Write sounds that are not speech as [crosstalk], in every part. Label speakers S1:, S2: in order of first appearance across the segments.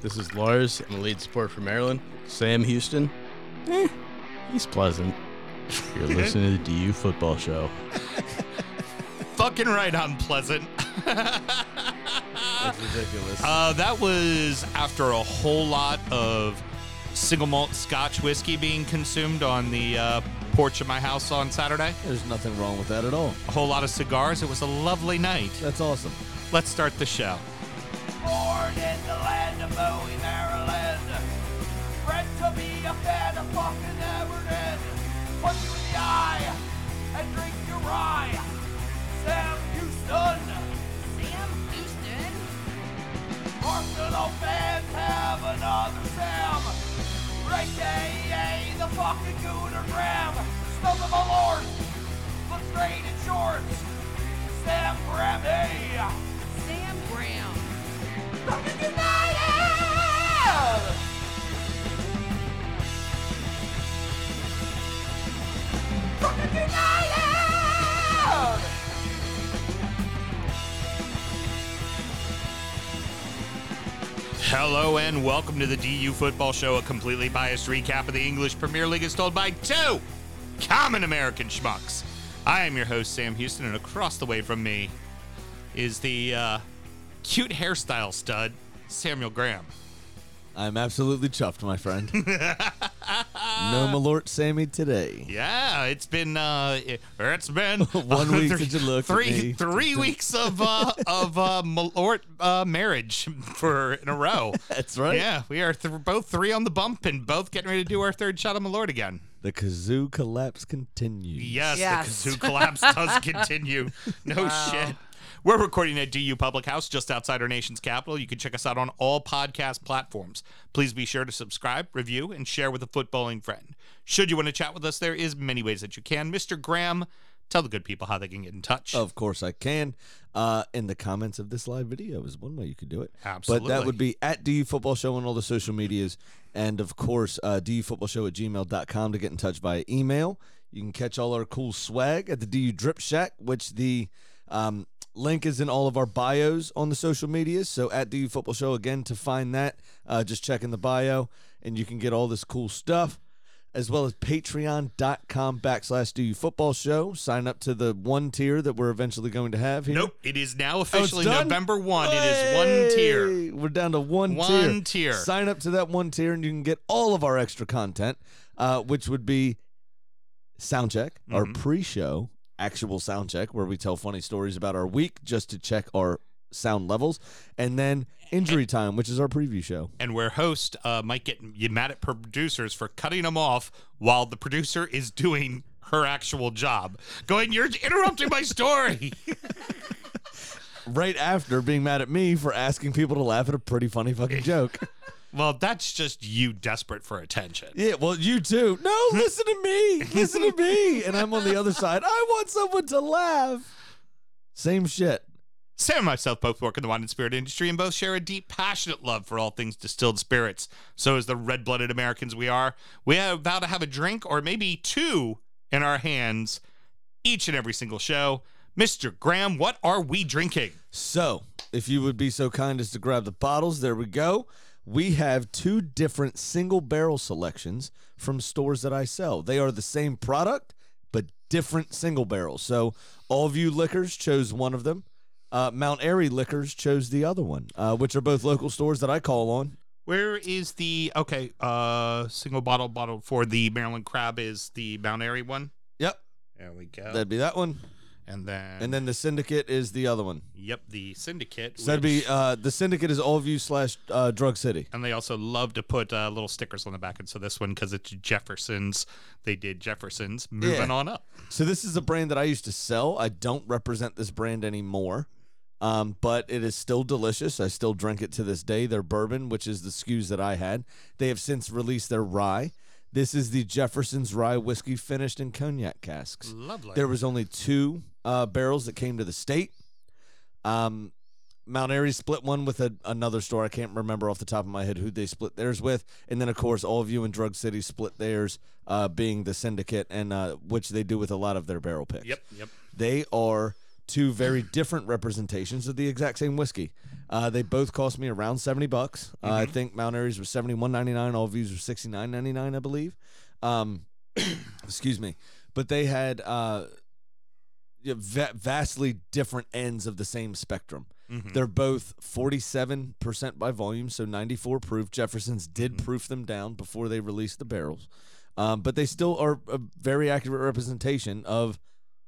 S1: This is Lars. I'm the lead support for Maryland. Sam Houston. Eh, he's pleasant. You're listening to the DU Football Show.
S2: Fucking right, I'm pleasant.
S1: That's ridiculous.
S2: Uh, that was after a whole lot of single malt Scotch whiskey being consumed on the uh, porch of my house on Saturday.
S3: There's nothing wrong with that at all.
S2: A whole lot of cigars. It was a lovely night.
S3: That's awesome.
S2: Let's start the show.
S4: Born in the land of Bowie, Maryland. Bred to be a fan of fucking Everton. Punch you in the eye and drink your rye. Sam Houston.
S5: Sam Houston.
S4: Arsenal fans have another Sam. Great AA, the fucking Gooner Graham. Stuff of a lord. Look straight in shorts. Sam Grammy.
S5: Sam Graham.
S4: Fucking United! Fucking United!
S2: Hello and welcome to the DU Football Show, a completely biased recap of the English Premier League as told by two common American schmucks. I am your host, Sam Houston, and across the way from me is the uh, cute hairstyle stud, Samuel Graham.
S3: I'm absolutely chuffed, my [laughs] friend. no Malort Sammy today.
S2: Yeah, it's been uh, it- it's been
S3: [laughs]
S2: uh,
S3: One week since you looked at
S2: three [laughs]
S3: me.
S2: three weeks of uh, of uh, malort uh, marriage for in a row.
S3: [laughs] That's right.
S2: Yeah, we are th- both three on the bump and both getting ready to do our third shot of malort again.
S3: The kazoo collapse continues.
S2: Yes,
S5: Yes.
S2: the kazoo collapse does continue. No shit. We're recording at DU Public House just outside our nation's capital. You can check us out on all podcast platforms. Please be sure to subscribe, review, and share with a footballing friend. Should you want to chat with us, there is many ways that you can. Mr. Graham, tell the good people how they can get in touch.
S3: Of course I can. Uh, in the comments of this live video is one way you could do it. But
S2: Absolutely.
S3: that would be at DU Football Show on all the social medias. And of course, uh, DU Football Show at gmail.com to get in touch via email. You can catch all our cool swag at the DU Drip Shack, which the um, link is in all of our bios on the social medias. So at DU Football Show, again, to find that, uh, just check in the bio and you can get all this cool stuff as well as patreon.com backslash do you football show. Sign up to the one tier that we're eventually going to have here.
S2: nope, it is now
S3: Oh, it's
S2: officially
S3: done?
S2: November 1. It is one tier.
S3: Hey, We're down to one,
S2: One tier.
S3: Sign up to that one tier and you can get all of our extra content, uh, which would be soundcheck, our
S2: Mm-hmm.
S3: pre show, actual soundcheck, where we tell funny stories about our week just to check our sound levels, and then injury time, which is our preview show.
S2: and where host uh, might get you mad at producers for cutting them off while the producer is doing her actual job. Going, you're interrupting my story. [laughs]
S3: Right after being mad at me for asking people to laugh at a pretty funny
S2: [laughs]
S3: fucking joke.
S2: well, that's just you desperate for attention.
S3: Yeah, well, you too. No, listen to me. Listen to me. And I'm on the other side. I want someone to laugh. Same shit.
S2: Sam and myself both work in the wine and spirit industry and both share a deep, passionate love for all things distilled spirits. So, as the red blooded Americans we are, we are about to have a drink or maybe two in our hands each and every single show. Mr. Graham, what are we drinking?
S3: So, if you would be so kind as to grab the bottles, there we go. We have two different single barrel selections from stores that I sell. They are the same product, but different single barrels. So, All View Liquors chose one of them. Uh, Mount Airy Liquors chose the other one, uh, which are both local stores that I call on.
S2: Where is the okay? Uh, single bottle bottle for the Maryland crab is the Mount Airy one.
S3: Yep,
S2: There we go.
S3: that'd be that one.
S2: and then
S3: And then the Syndicate is the other one.
S2: yep, the syndicate.
S3: So that'd
S2: which-
S3: be uh, the syndicate is all view slash uh, drug city.
S2: and they also love to put uh, little stickers on the back. And so this one because it's Jefferson's. They did Jefferson's. Moving
S3: Yeah.
S2: on up.
S3: So this is a brand that I used to sell. I don't represent this brand anymore, um, but it is still delicious. I still drink it to this day. Their bourbon, which is the skews that I had, they have since released their rye. This is the Jefferson's rye whiskey finished in cognac casks.
S2: Lovely.
S3: There was only two uh, barrels that came to the state. Um, Mount Airy split one with a, another store. I can't remember off the top of my head who they split theirs with. And then, of course, all of you in Drug City split theirs, uh, being the syndicate, and uh, which they do with a lot of their barrel picks.
S2: yep. Yep.
S3: They are two very different representations of the exact same whiskey. Uh, they both cost me around seventy bucks. Uh, I think Mount Airy's was seventy one ninety nine. All views were sixty nine ninety nine, I believe. Um, [coughs] excuse me, but they had uh, yeah, va- vastly different ends of the same spectrum.
S2: Mm-hmm,
S3: They're both 47% by volume, so 94 proof. Jefferson's did
S2: Mm-hmm.
S3: proof them down before they released the barrels. Um, but they still are a very accurate representation of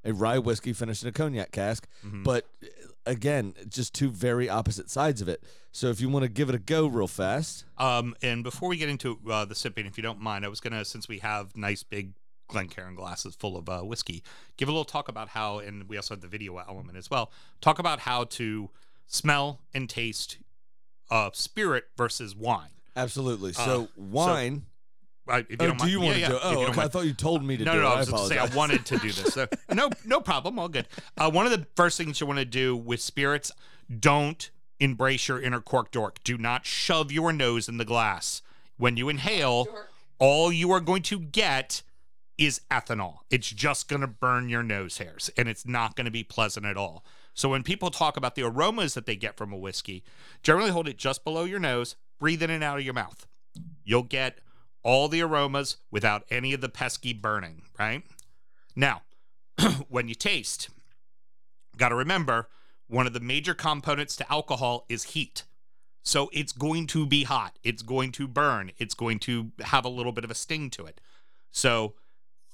S3: a rye whiskey finished in a cognac cask.
S2: Mm-hmm.
S3: But uh, again, just two very opposite sides of it. So if you want to give it a go real fast,
S2: Um, and before we get into uh, the sipping, if you don't mind, I was gonna since we have nice big Glencairn glasses full of uh, whiskey, give a little talk about how, and we also have the video element as well. Talk about how to smell and taste uh, spirit versus wine.
S3: absolutely.
S2: Uh,
S3: So
S2: so-
S3: wine.
S2: Right, if you
S3: oh,
S2: don't
S3: do
S2: mind-
S3: you
S2: yeah,
S3: want
S2: yeah,
S3: to do?
S2: if you
S3: Oh,
S2: don't
S3: okay, I
S2: mind.
S3: thought you told me to
S2: no,
S3: do
S2: no,
S3: it.
S2: no. I
S3: I
S2: was about to say I
S3: apologize.
S2: wanted to do this.
S3: [laughs]
S2: So, no, no problem. All good. Uh, one of the first things you want to do with spirits, don't embrace your inner cork dork. Do not shove your nose in the glass. When you inhale, all you are going to get is ethanol. It's just going to burn your nose hairs and it's not going to be pleasant at all. So when people talk about the aromas that they get from a whiskey, generally hold it just below your nose, breathe in and out of your mouth. You'll get all the aromas without any of the pesky burning, right? Now, [clears throat] when you taste, got to remember one of the major components to alcohol is heat. So it's going to be hot. It's going to burn. It's going to have a little bit of a sting to it. So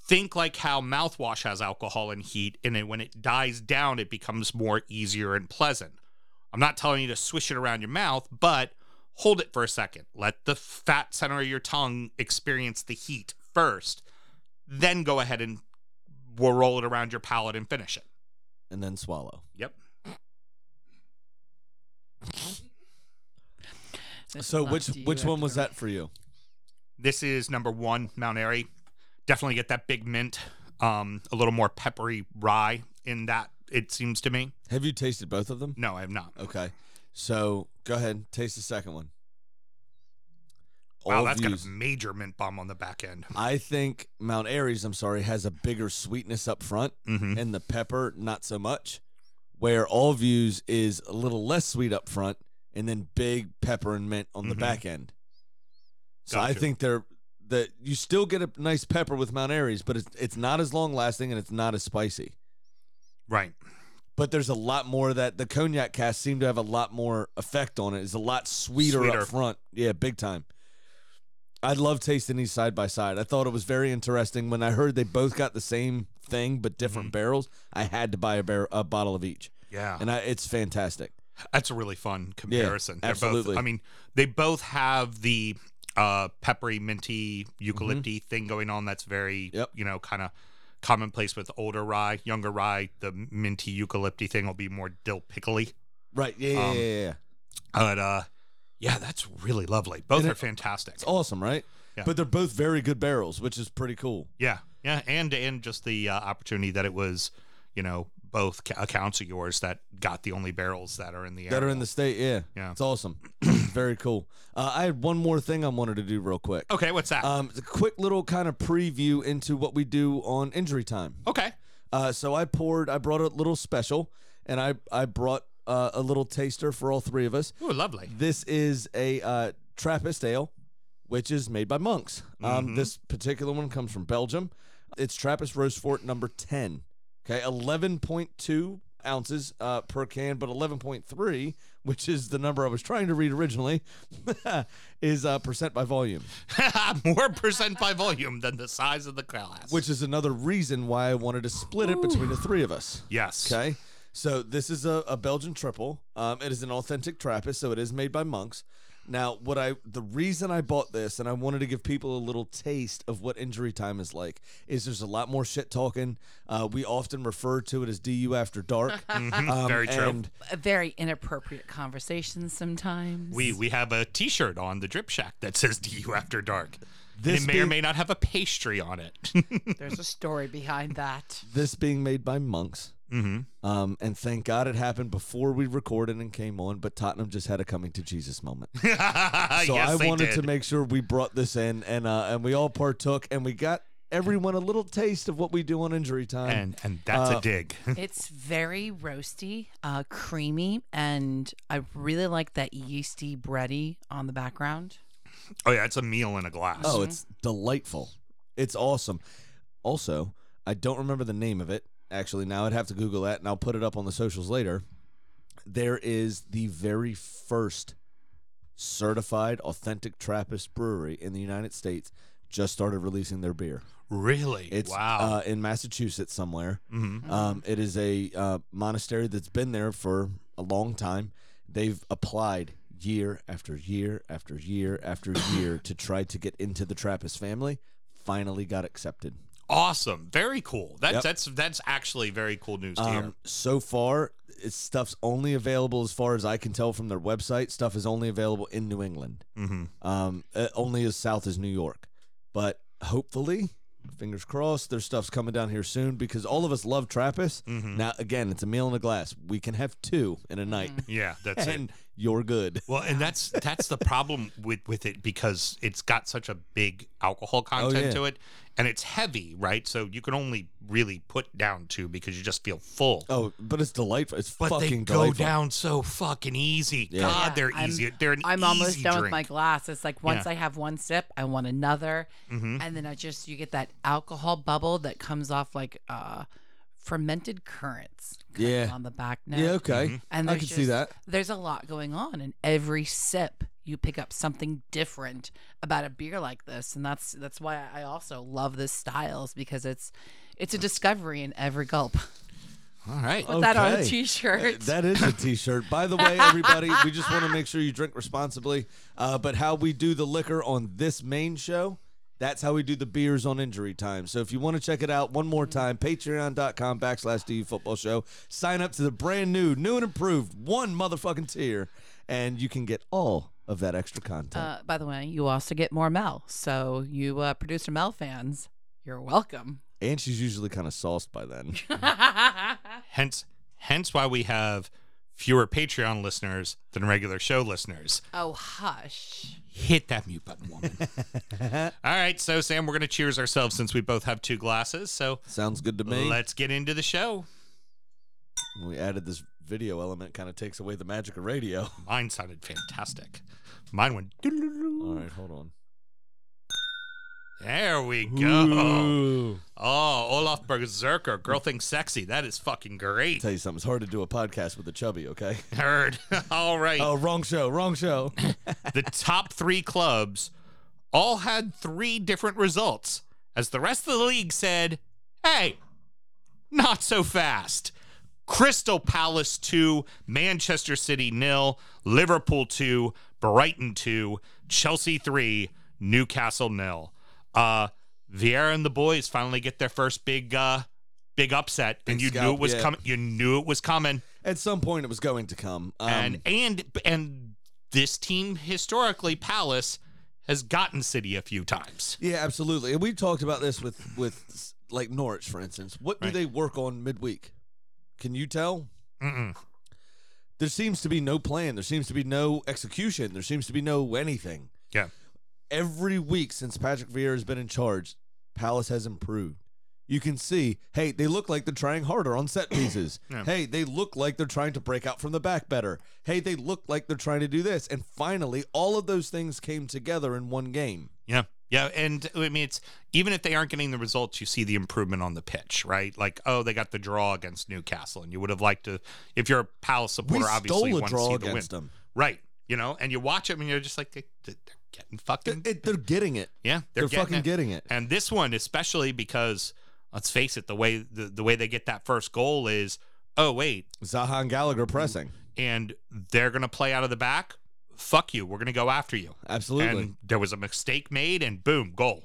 S2: think like how mouthwash has alcohol and heat, and then when it dies down, it becomes more easier and pleasant. I'm not telling you to swish it around your mouth, but hold it for a second. Let the fat center of your tongue experience the heat first. Then go ahead and we'll roll it around your palate and finish it.
S3: and then swallow.
S2: Yep.
S5: This
S3: So
S5: one
S3: which
S5: do you
S3: which
S5: have
S3: one
S5: to
S3: was
S5: try.
S3: that for you?
S2: This is number one, Mount Airy. Definitely get that big mint, um, a little more peppery rye in that, it seems to me.
S3: Have you tasted both of them?
S2: No, I have not.
S3: Okay. So go ahead, taste the second one.
S2: Wow,
S3: All
S2: that's got
S3: views.
S2: a major mint bomb on the back end.
S3: I think Mount Aries, I'm sorry, has a bigger sweetness up front
S2: Mm-hmm.
S3: and the pepper not so much. Where All Views is a little less sweet up front and then big pepper and mint on the
S2: Mhm.
S3: back end. So I
S2: Gotcha.
S3: think they're that you still get a nice pepper with Mount Aries, but it's it's not as long lasting and it's not as spicy.
S2: Right.
S3: but there's a lot more that the cognac cast seemed to have a lot more effect on it. It's a lot sweeter,
S2: Sweeter.
S3: up front. Yeah, big time. I love tasting these side by side. I thought it was very interesting when I heard they both got the same thing but different
S2: Mm-hmm.
S3: barrels. I had to buy a bar- a bottle of each,
S2: Yeah.
S3: and I, it's fantastic.
S2: That's a really fun comparison. They're
S3: absolutely.
S2: Both, I mean, they both have the uh, peppery, minty, eucalypty thing going on. That's very,
S3: Mm-hmm. Yep.
S2: you know, kind of commonplace with older rye, younger rye. The minty, eucalypty thing will be more dill pickly.
S3: Right? Yeah, yeah,
S2: Um,
S3: yeah, yeah, yeah.
S2: But uh, yeah, that's really lovely. Both
S3: And
S2: are
S3: it-
S2: fantastic.
S3: It's awesome, right?
S2: Yeah.
S3: But they're both very good barrels, which is pretty cool.
S2: Yeah, yeah, and and just the uh, opportunity that it was, you know, both ca- accounts of yours that got the only barrels that are in the
S3: That are
S2: area.
S3: in the state, yeah.
S2: Yeah.
S3: It's awesome. [clears throat] It's very cool. Uh, I had one more thing I wanted to do real quick.
S2: Okay, what's that?
S3: Um, it's a quick little kind of preview into what we do on injury time.
S2: okay,
S3: Uh, so I poured, I brought a little special, and I I brought uh, a little taster for all three of us.
S2: ooh, lovely.
S3: This is a uh, Trappist ale, which is made by monks. Um, This particular one comes from Belgium. It's Trappist Roast Fort number ten. Okay, eleven point two ounces uh, per can, but eleven point three, which is the number I was trying to read originally, [laughs] is uh, percent by volume.
S2: [laughs] More percent by volume than the size of the glass.
S3: which is another reason why I wanted to split it between the three of us.
S2: yes,
S3: Okay. So this is a, a Belgian triple. Um, it is an authentic Trappist, so it is made by monks. Now, what I the reason I bought this and I wanted to give people a little taste of what injury time is like is there's a lot more shit talking. Uh, we often refer to it as DU after dark.
S2: [laughs]
S3: Um,
S2: Mm-hmm. very true.
S3: and
S5: A very inappropriate conversations sometimes.
S2: we we have a T-shirt on the Drip Shack that says "DU After Dark." And
S3: This
S2: it may or
S3: being-
S2: may not have a pastry on it. [laughs]
S5: [laughs] There's a story behind that.
S3: this being made by monks.
S2: Mm-hmm.
S3: Um, and thank God it happened before we recorded and came on, but Tottenham just had a coming to Jesus moment.
S2: yes,
S3: so I
S2: they [laughs]
S3: wanted
S2: did.
S3: to make sure we brought this in, and uh, and we all partook, and we got everyone a little taste of what we do on injury time.
S2: And and that's
S3: Uh,
S2: a dig. [laughs]
S5: It's very roasty, uh, creamy, and I really like that yeasty bready on the background.
S2: oh yeah, it's a meal in a glass.
S3: oh, it's delightful. It's awesome. Also, I don't remember the name of it. Actually, now I'd have to Google that, and I'll put it up on the socials later. There is the very first certified authentic Trappist brewery in the United States just started releasing their beer.
S2: really?
S3: It's
S2: wow.
S3: uh, in Massachusetts somewhere.
S2: hmm
S3: Um, it is a uh, monastery that's been there for a long time. They've applied year after year after year after year to try to get into the Trappist family. Finally got accepted.
S2: Awesome. Very cool. That's
S3: Yep.
S2: that's that's actually very cool news to hear.
S3: Um, so far, it's, stuff's only available as far as I can tell from their website. Stuff is only available in New England,
S2: Mm-hmm.
S3: um, uh, only as south as New York. But hopefully, fingers crossed, their stuff's coming down here soon because all of us love Trappist.
S2: Mm-hmm.
S3: Now, again, it's a meal in a glass. We can have two in a night.
S5: Mm-hmm.
S2: Yeah, that's it.
S3: and you're good.
S2: Well, and that's that's the problem with with it because it's got such a big alcohol content
S3: Oh, yeah.
S2: to it, and it's heavy, right? So you can only really put down two because you just feel full.
S3: Oh, but it's delightful. It's
S2: but they
S3: fucking
S2: go
S3: delightful.
S2: down so fucking easy.
S3: Yeah.
S2: God, they're
S5: I'm-
S2: easy. They're an
S5: I'm
S2: easy
S5: almost done
S2: drink.
S5: with my glass. It's like once
S2: Yeah.
S5: I have one sip, I want another,
S3: Mm-hmm.
S5: and then I just you get that alcohol bubble that comes off like uh, fermented currants. kind of
S3: Yeah.
S5: on the back now.
S3: Yeah, okay.
S2: Mm-hmm.
S5: And
S3: I
S5: there's
S3: can see
S5: just-
S3: that.
S5: There's a lot going on, and every sip you pick up something different about a beer like this, and that's that's why I also love this styles because it's it's a discovery in every gulp. [laughs]
S2: All right.
S5: Put that on a
S3: Okay.
S5: t-shirt.
S3: That is a t-shirt. By the way, everybody, we just want to make sure you drink responsibly. Uh, but how we do the liquor on this main show, that's how we do the beers on injury time. So if you want to check it out one more time, patreon.com backslash DU football show. Sign up to the brand new, new and improved one motherfucking tier, and you can get all of that extra content.
S5: Uh, by the way, you also get more Mel. So you uh, producer Mel fans, you're welcome.
S3: and she's usually kind of sauced by then.
S2: Hence, hence why we have fewer Patreon listeners than regular show listeners.
S5: Oh hush.
S2: Hit that mute button,
S3: [laughs]
S2: woman. All right. So, Sam, we're going to cheers ourselves since we both have two glasses. So,
S3: Sounds good to me.
S2: let's get into the show.
S3: When we added this video element kind of takes away the magic of radio.
S2: Mine sounded fantastic. Mine went. doo-doo-doo.
S3: All right, hold on.
S2: There we go. Oh, Olaf Berserker, girl thinks sexy. That is fucking great.
S3: Tell you something, it's hard to do a podcast with a chubby,
S2: [laughs]
S3: okay?
S2: Heard. All right.
S3: Oh, wrong show, wrong show.
S2: the top three clubs all had three different results, as the rest of the league said, hey, not so fast. Crystal Palace 2, Manchester City nil, Liverpool 2, Brighton 2, Chelsea 3, Newcastle nil. Uh, Vieira and the boys finally get their first big uh, big upset and
S3: Big
S2: you knew
S3: scalp,
S2: it was
S3: yeah.
S2: coming you knew it was coming
S3: At some point, it was going to come. Um,
S2: and and and this team historically Palace has gotten City a few times.
S3: yeah, absolutely. And we talked about this with with like Norwich, for instance. What do
S2: Right.
S3: they work on midweek? Can you tell?
S2: Mm-mm.
S3: There seems to be no plan. There seems to be no execution. There seems to be no anything.
S2: Yeah.
S3: Every week since Patrick Vieira has been in charge, Palace has improved. You can see, hey, they look like they're trying harder
S2: [coughs]
S3: on set pieces.
S2: Yeah.
S3: Hey, they look like they're trying to break out from the back better. Hey, they look like they're trying to do this. And finally, all of those things came together in one game.
S2: Yeah. Yeah, and I mean it's even if they aren't getting the results, you see the improvement on the pitch, right? Like, oh, they got the draw against Newcastle, and you would have liked to, if you're a Palace
S3: We
S2: supporter, obviously
S3: stole a
S2: want to
S3: draw
S2: see the win,
S3: against them.
S2: right? You know, and you watch them, and you're just like, they, they're getting fucking,
S3: It- they're getting it.
S2: yeah, they're,
S3: They're,
S2: getting
S3: fucking
S2: it.
S3: getting it.
S2: And this one, especially because let's face it, the way the, the way they get that first goal is, oh wait,
S3: Zaha and Gallagher pressing.
S2: and they're going to play out of the back, fuck you. We're going to go after you.
S3: Absolutely.
S2: And there was a mistake made, and boom, goal.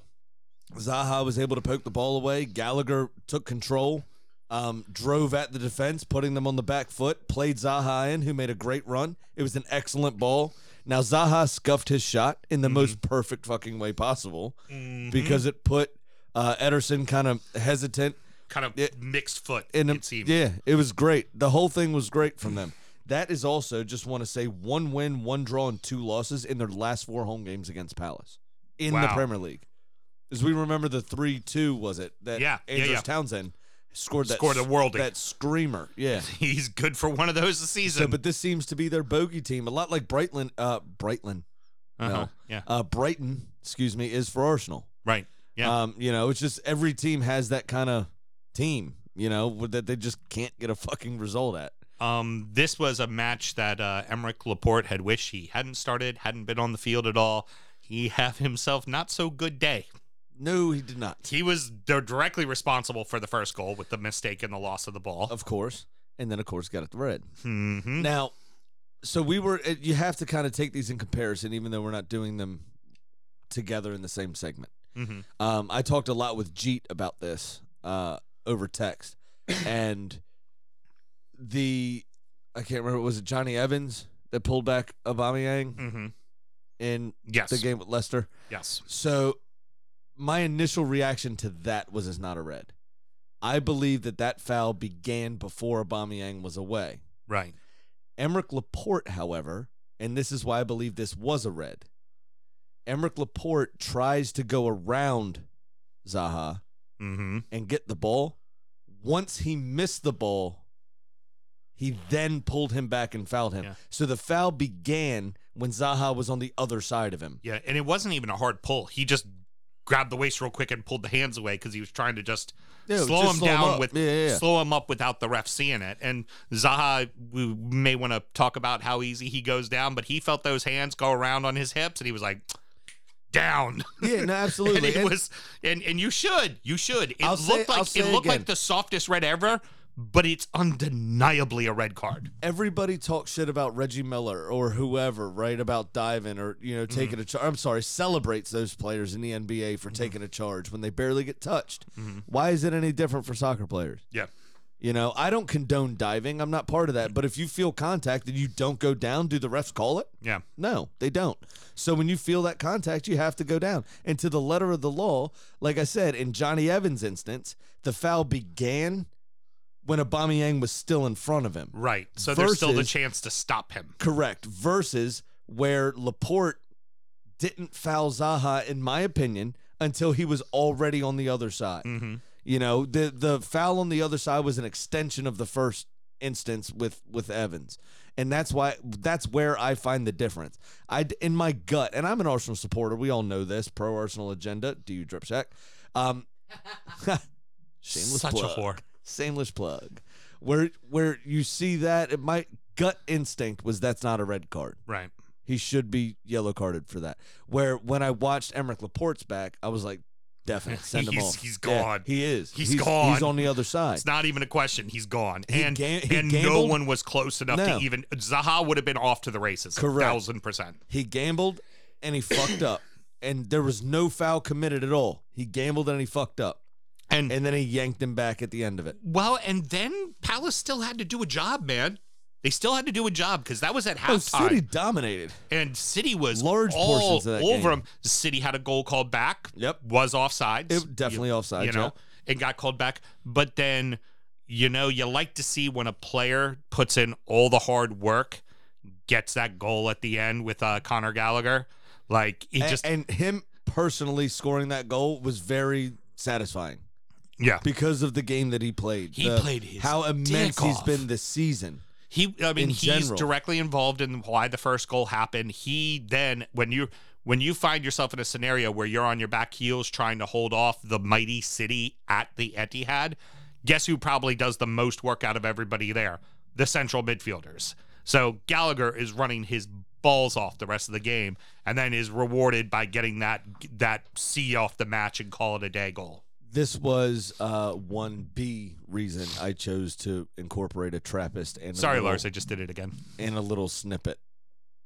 S3: Zaha was able to poke the ball away. Gallagher took control, um, drove at the defense, putting them on the back foot, played Zaha in, who made a great run. It was an excellent ball. Now, Zaha scuffed his shot in the most perfect fucking way possible because it put uh, Ederson kind of hesitant.
S2: Kind of
S3: Yeah.
S2: mixed foot,
S3: In a-
S2: it seemed.
S3: yeah, it was great. The whole thing was great from them. That is also, just want to say, one win, one draw, and two losses in their last four home games against Palace in the
S2: Wow.
S3: Premier League. As we remember the three two was it that
S2: Yeah, yeah,
S3: Andrews
S2: yeah.
S3: Townsend scored that
S2: Scored a
S3: s-
S2: worldie.
S3: that screamer
S2: [laughs]
S3: yeah.
S2: He's good for one of those a season.
S3: So, but this seems to be their bogey team, a lot like Brightland. Uh, Brightland,
S2: Uh-huh.
S3: no,
S2: Yeah.
S3: uh, Brighton, excuse me, is for Arsenal.
S2: right. Yeah.
S3: Um, you know, it's just every team has that kind of team, you know, with- that they just can't get a fucking result at.
S2: Um, this was a match that uh, Emmerich Laporte had wished he hadn't started, hadn't been on the field at all. He have himself not so good day.
S3: No, he did not.
S2: He was they're directly responsible for the first goal with the mistake and the loss of the ball.
S3: Of course. And then, of course, got it the red.
S2: hmm
S3: Now, so we were, uh, you have to kind of take these in comparison, even though we're not doing them together in the same segment.
S2: hmm
S3: Um, I talked a lot with Jeet about this uh, over text, and the I can't remember was it Johnny Evans that pulled back Aubameyang
S2: hmm
S3: in
S2: Yes.
S3: the game with Leicester.
S2: Yes.
S3: So my initial reaction to that was it's not a red. I believe that that foul began before Aubameyang was away.
S2: Right.
S3: Emmerich Laporte, however, and this is why I believe this was a red. Emmerich Laporte tries to go around Zaha
S2: hmm
S3: and get the ball. Once he missed the ball, he then pulled him back and fouled him.
S2: Yeah.
S3: So the foul began when Zaha was on the other side of him.
S2: Yeah, and it wasn't even a hard pull. He just grabbed the waist real quick and pulled the hands away because he was trying to just
S3: Yeah,
S2: slow
S3: just
S2: him
S3: slow him
S2: down
S3: up.
S2: with
S3: Yeah, yeah, yeah.
S2: slow him up without the ref seeing it. And Zaha, we may want to talk about how easy he goes down, but he felt those hands go around on his hips, and he was like, down. [laughs]
S3: Yeah, [laughs] no,
S2: and
S3: absolutely.
S2: it
S3: And-
S2: was, and and you should, you should. It
S3: I'll
S2: looked
S3: say- I'll
S2: like
S3: say
S2: it looked
S3: again.
S2: like the softest red ever, but it's undeniably a red card.
S3: everybody talks shit about Reggie Miller or whoever, right? About diving or you know taking a charge. I'm sorry, celebrates those players in the NBA for taking a charge when they barely get touched. Why is it any different for soccer players?
S2: Yeah,
S3: You know, I don't condone diving. I'm not part of that. But if you feel contact and you don't go down, do the refs call it?
S2: yeah.
S3: No, they don't. So when you feel that contact, you have to go down. And to the letter of the law, like I said, in Johnny Evans' instance, the foul began when Aubameyang was still in front of him.
S2: Right. So there's still the
S3: Versus-
S2: chance to stop him.
S3: Correct. Versus where Laporte didn't foul Zaha, in my opinion, until he was already on the other side.
S2: Mm-hmm.
S3: You know, the the foul on the other side was an extension of the first instance with with Evans. And that's why that's where I find the difference. I in my gut, and I'm an Arsenal supporter. We all know this. Pro Arsenal agenda. Do you drip check? Um, [laughs] shameless
S2: Such
S3: plug
S2: a whore.
S3: shameless plug. Where where you see that, it my gut instinct was that's not a red card.
S2: Right.
S3: He should be yellow carded for that. Where when I watched Emmerich Laporte's back, I was like,
S2: [laughs]
S3: definitely send him
S2: He's-
S3: off.
S2: he's
S3: Yeah,
S2: gone.
S3: he is.
S2: He's gone.
S3: He's on the other side.
S2: It's not even a question. He's gone.
S3: He
S2: and
S3: gam- he
S2: and no
S3: gambled?
S2: one was close enough
S3: No.
S2: to even Zaha would have been off to the races.
S3: Correct.
S2: Thousand percent.
S3: he gambled and he fucked up. And there was no foul committed at all. He gambled and he fucked up.
S2: And,
S3: And then he yanked him back at the end of it.
S2: well, and then Palace still had to do a job, man. They still had to do a job because that was at
S3: Oh,
S2: halftime.
S3: City dominated.
S2: and City was
S3: Large
S2: all
S3: portions of that
S2: over
S3: game.
S2: him. City had a goal called back.
S3: Yep.
S2: Was offside.
S3: It definitely offside,
S2: You know,
S3: yeah.
S2: it got called back. But then, you know, you like to see when a player puts in all the hard work, gets that goal at the end with uh, Connor Gallagher. Like he
S3: And,
S2: just
S3: and him personally scoring that goal was very satisfying.
S2: yeah.
S3: because of the game that he played.
S2: He
S3: the-
S2: played his
S3: how immense
S2: dick
S3: he's
S2: off.
S3: been this season.
S2: He, I mean,
S3: in
S2: he's
S3: general.
S2: directly involved in why the first goal happened. He then, when you when you find yourself in a scenario where you're on your back heels trying to hold off the mighty city at the Etihad, guess who probably does the most work out of everybody there? The central midfielders. So Gallagher is running his balls off the rest of the game, and then is rewarded by getting that that C off the match and call it a day goal.
S3: This was uh, one B reason I chose to incorporate a Trappist and
S2: Sorry,
S3: a little,
S2: Lars, I just did it again. [laughs]
S3: and a little snippet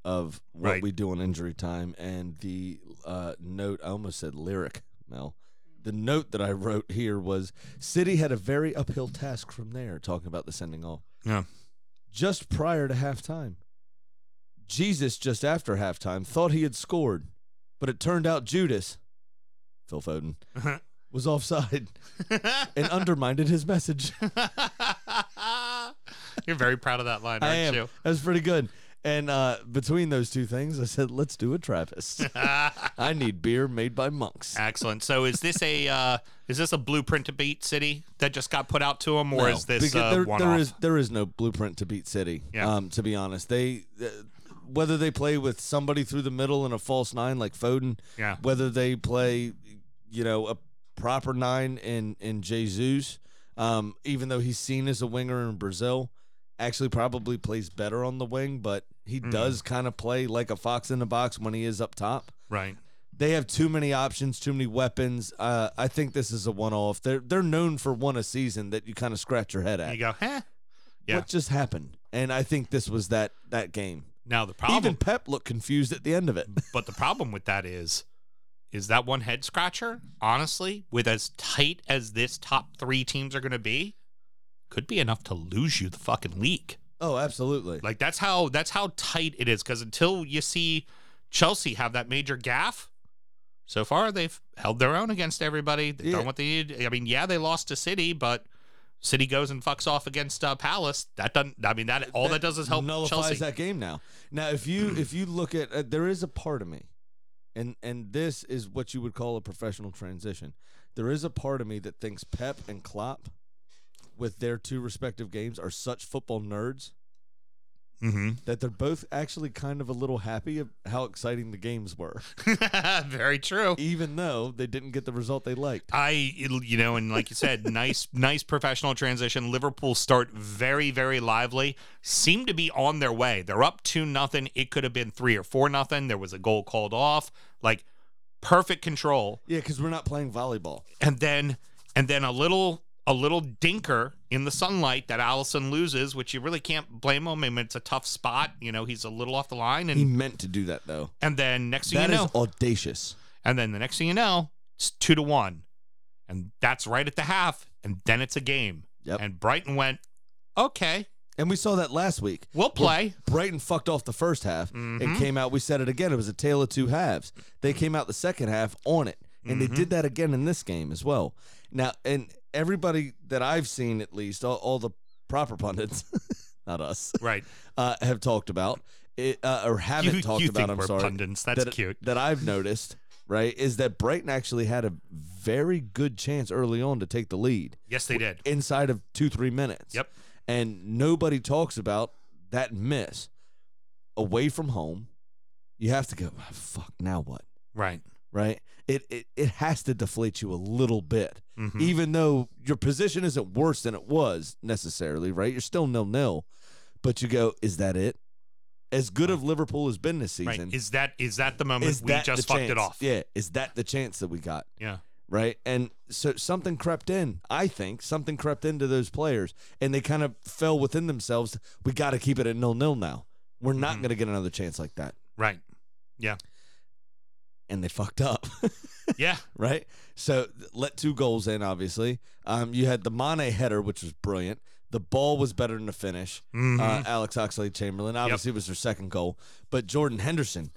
S3: of what
S2: Right.
S3: we do on injury time and the uh, note. I almost said lyric, Mel. The note that I wrote here was City had a very uphill task from there, talking about the sending off.
S2: Yeah.
S3: just prior to halftime. Jesus, just after halftime, thought he had scored, but it turned out Judas, Phil Foden, was offside
S2: [laughs]
S3: and undermined his message.
S2: [laughs] You're very proud of that line, aren't
S3: I am.
S2: you?
S3: That's pretty good. And uh, between those two things, I said, let's do
S2: [laughs]
S3: a Travis. I need beer made by monks.
S2: Excellent. So is this a uh, is this a blueprint to beat city that just got put out to him, or is this
S3: Because
S2: uh,
S3: there,
S2: one
S3: there
S2: off?
S3: is there is no blueprint to beat City.
S2: Yeah.
S3: Um, to be honest, they uh, whether they play with somebody through the middle and a false nine like Foden,
S2: Yeah.
S3: whether they play, you know, a proper nine in in Jesus, um, even though he's seen as a winger in Brazil, actually probably plays better on the wing, but he
S2: Mm.
S3: does kind of play like a fox in the box when he is up top
S2: right.
S3: they have too many options, too many weapons. Uh, I think this is a one-off. They're they're known for one a season that you kind of scratch your head at.
S2: You go, huh? yeah.
S3: What just happened? And I think this was that that game.
S2: Now the problem, Mm.
S3: Even Pep looked confused at the end of it.
S2: [laughs] but the problem with that is, is that one head scratcher. Honestly, with as tight as this top three teams are going to be, could be enough to lose you the fucking league.
S3: [laughs] oh, absolutely.
S2: Like that's how that's how tight it is. Because until you see Chelsea have that major gaff, so far they've held their own against everybody. They've
S3: Yeah.
S2: done what they need. I mean, yeah, they lost to City, but City goes and fucks off against uh, Palace. That doesn't. I mean, that all that, does is help
S3: nullifies
S2: Chelsea.
S3: that game now. Now, if you if you look at uh, there is a part of me, and and this is what you would call a professional transition. There is a part of me that thinks Pep and Klopp, with their two respective games, are such football nerds
S2: Mhm.
S3: that they're both actually kind of a little happy of how exciting the
S2: [laughs]
S3: games were,
S2: [laughs] Very true.
S3: even though they didn't get the result they liked.
S2: I, it'll- you know, and like you said, [laughs] nice, nice professional transition. Liverpool start very, very lively. Seem to be on their way. They're up two nothing. It could have been three or four nothing. There was a goal called off. Like perfect control,
S3: Yeah, because we're not playing volleyball.
S2: and then, and then a little, a little dinker in the sunlight that Allison loses, which you really can't blame him. I mean, it's a tough spot. You know, he's a little off the line,
S3: He
S2: and
S3: meant to do that though.
S2: and then next thing
S3: That
S2: you
S3: is
S2: know,
S3: audacious.
S2: and then the next thing you know, it's two to one. And that's right at the half. And then it's a game.
S3: Yep.
S2: And Brighton went, okay,
S3: And we saw that last week.
S2: we'll play.
S3: Brighton fucked off the first half
S2: Mm-hmm.
S3: and came out. We said it again. It was a tale of two halves. They came out the second half on it, and they
S2: Mm-hmm.
S3: did that again in this game as well. Now, and everybody that I've seen, at least all, all the proper pundits, [laughs] not us,
S2: Right.
S3: uh, have talked about it, uh, or haven't
S2: You-
S3: talked
S2: you
S3: about.
S2: think
S3: I'm
S2: we're
S3: sorry,
S2: pundits. That's
S3: that,
S2: cute.
S3: That I've noticed, right, is that Brighton actually had a very good chance early on to take the lead
S2: Yes, they did.
S3: inside of two three minutes.
S2: Yep.
S3: And nobody talks about that miss away from home. You have to go. "Ah, Fuck. Now what?
S2: Right.
S3: Right. It it, it has to deflate you a little bit,
S2: Mhm.
S3: even though your position isn't worse than it was necessarily. Right. You're still nil nil, but you go. Is that it? As good of Liverpool has been this
S2: Right.
S3: season,
S2: Is that is that the moment
S3: is
S2: we
S3: that
S2: just
S3: the
S2: fucked it
S3: chance?
S2: off?
S3: Yeah. Is that the chance that we got?
S2: Yeah.
S3: right? And so something crept in, I think, something crept into those players, and they kind of fell within themselves. We got to keep it at nil nil now. We're not
S2: Mm-hmm.
S3: going to get another chance like that, [laughs]
S2: Right. Yeah.
S3: and they fucked up, [laughs]
S2: Yeah.
S3: right? So th- let two goals in. Obviously, um, you had the Mane header, which was brilliant. The ball was better than the finish.
S2: Mhm.
S3: Uh, Alex Oxlade Chamberlain, obviously, it was their second goal, but Jordan Henderson,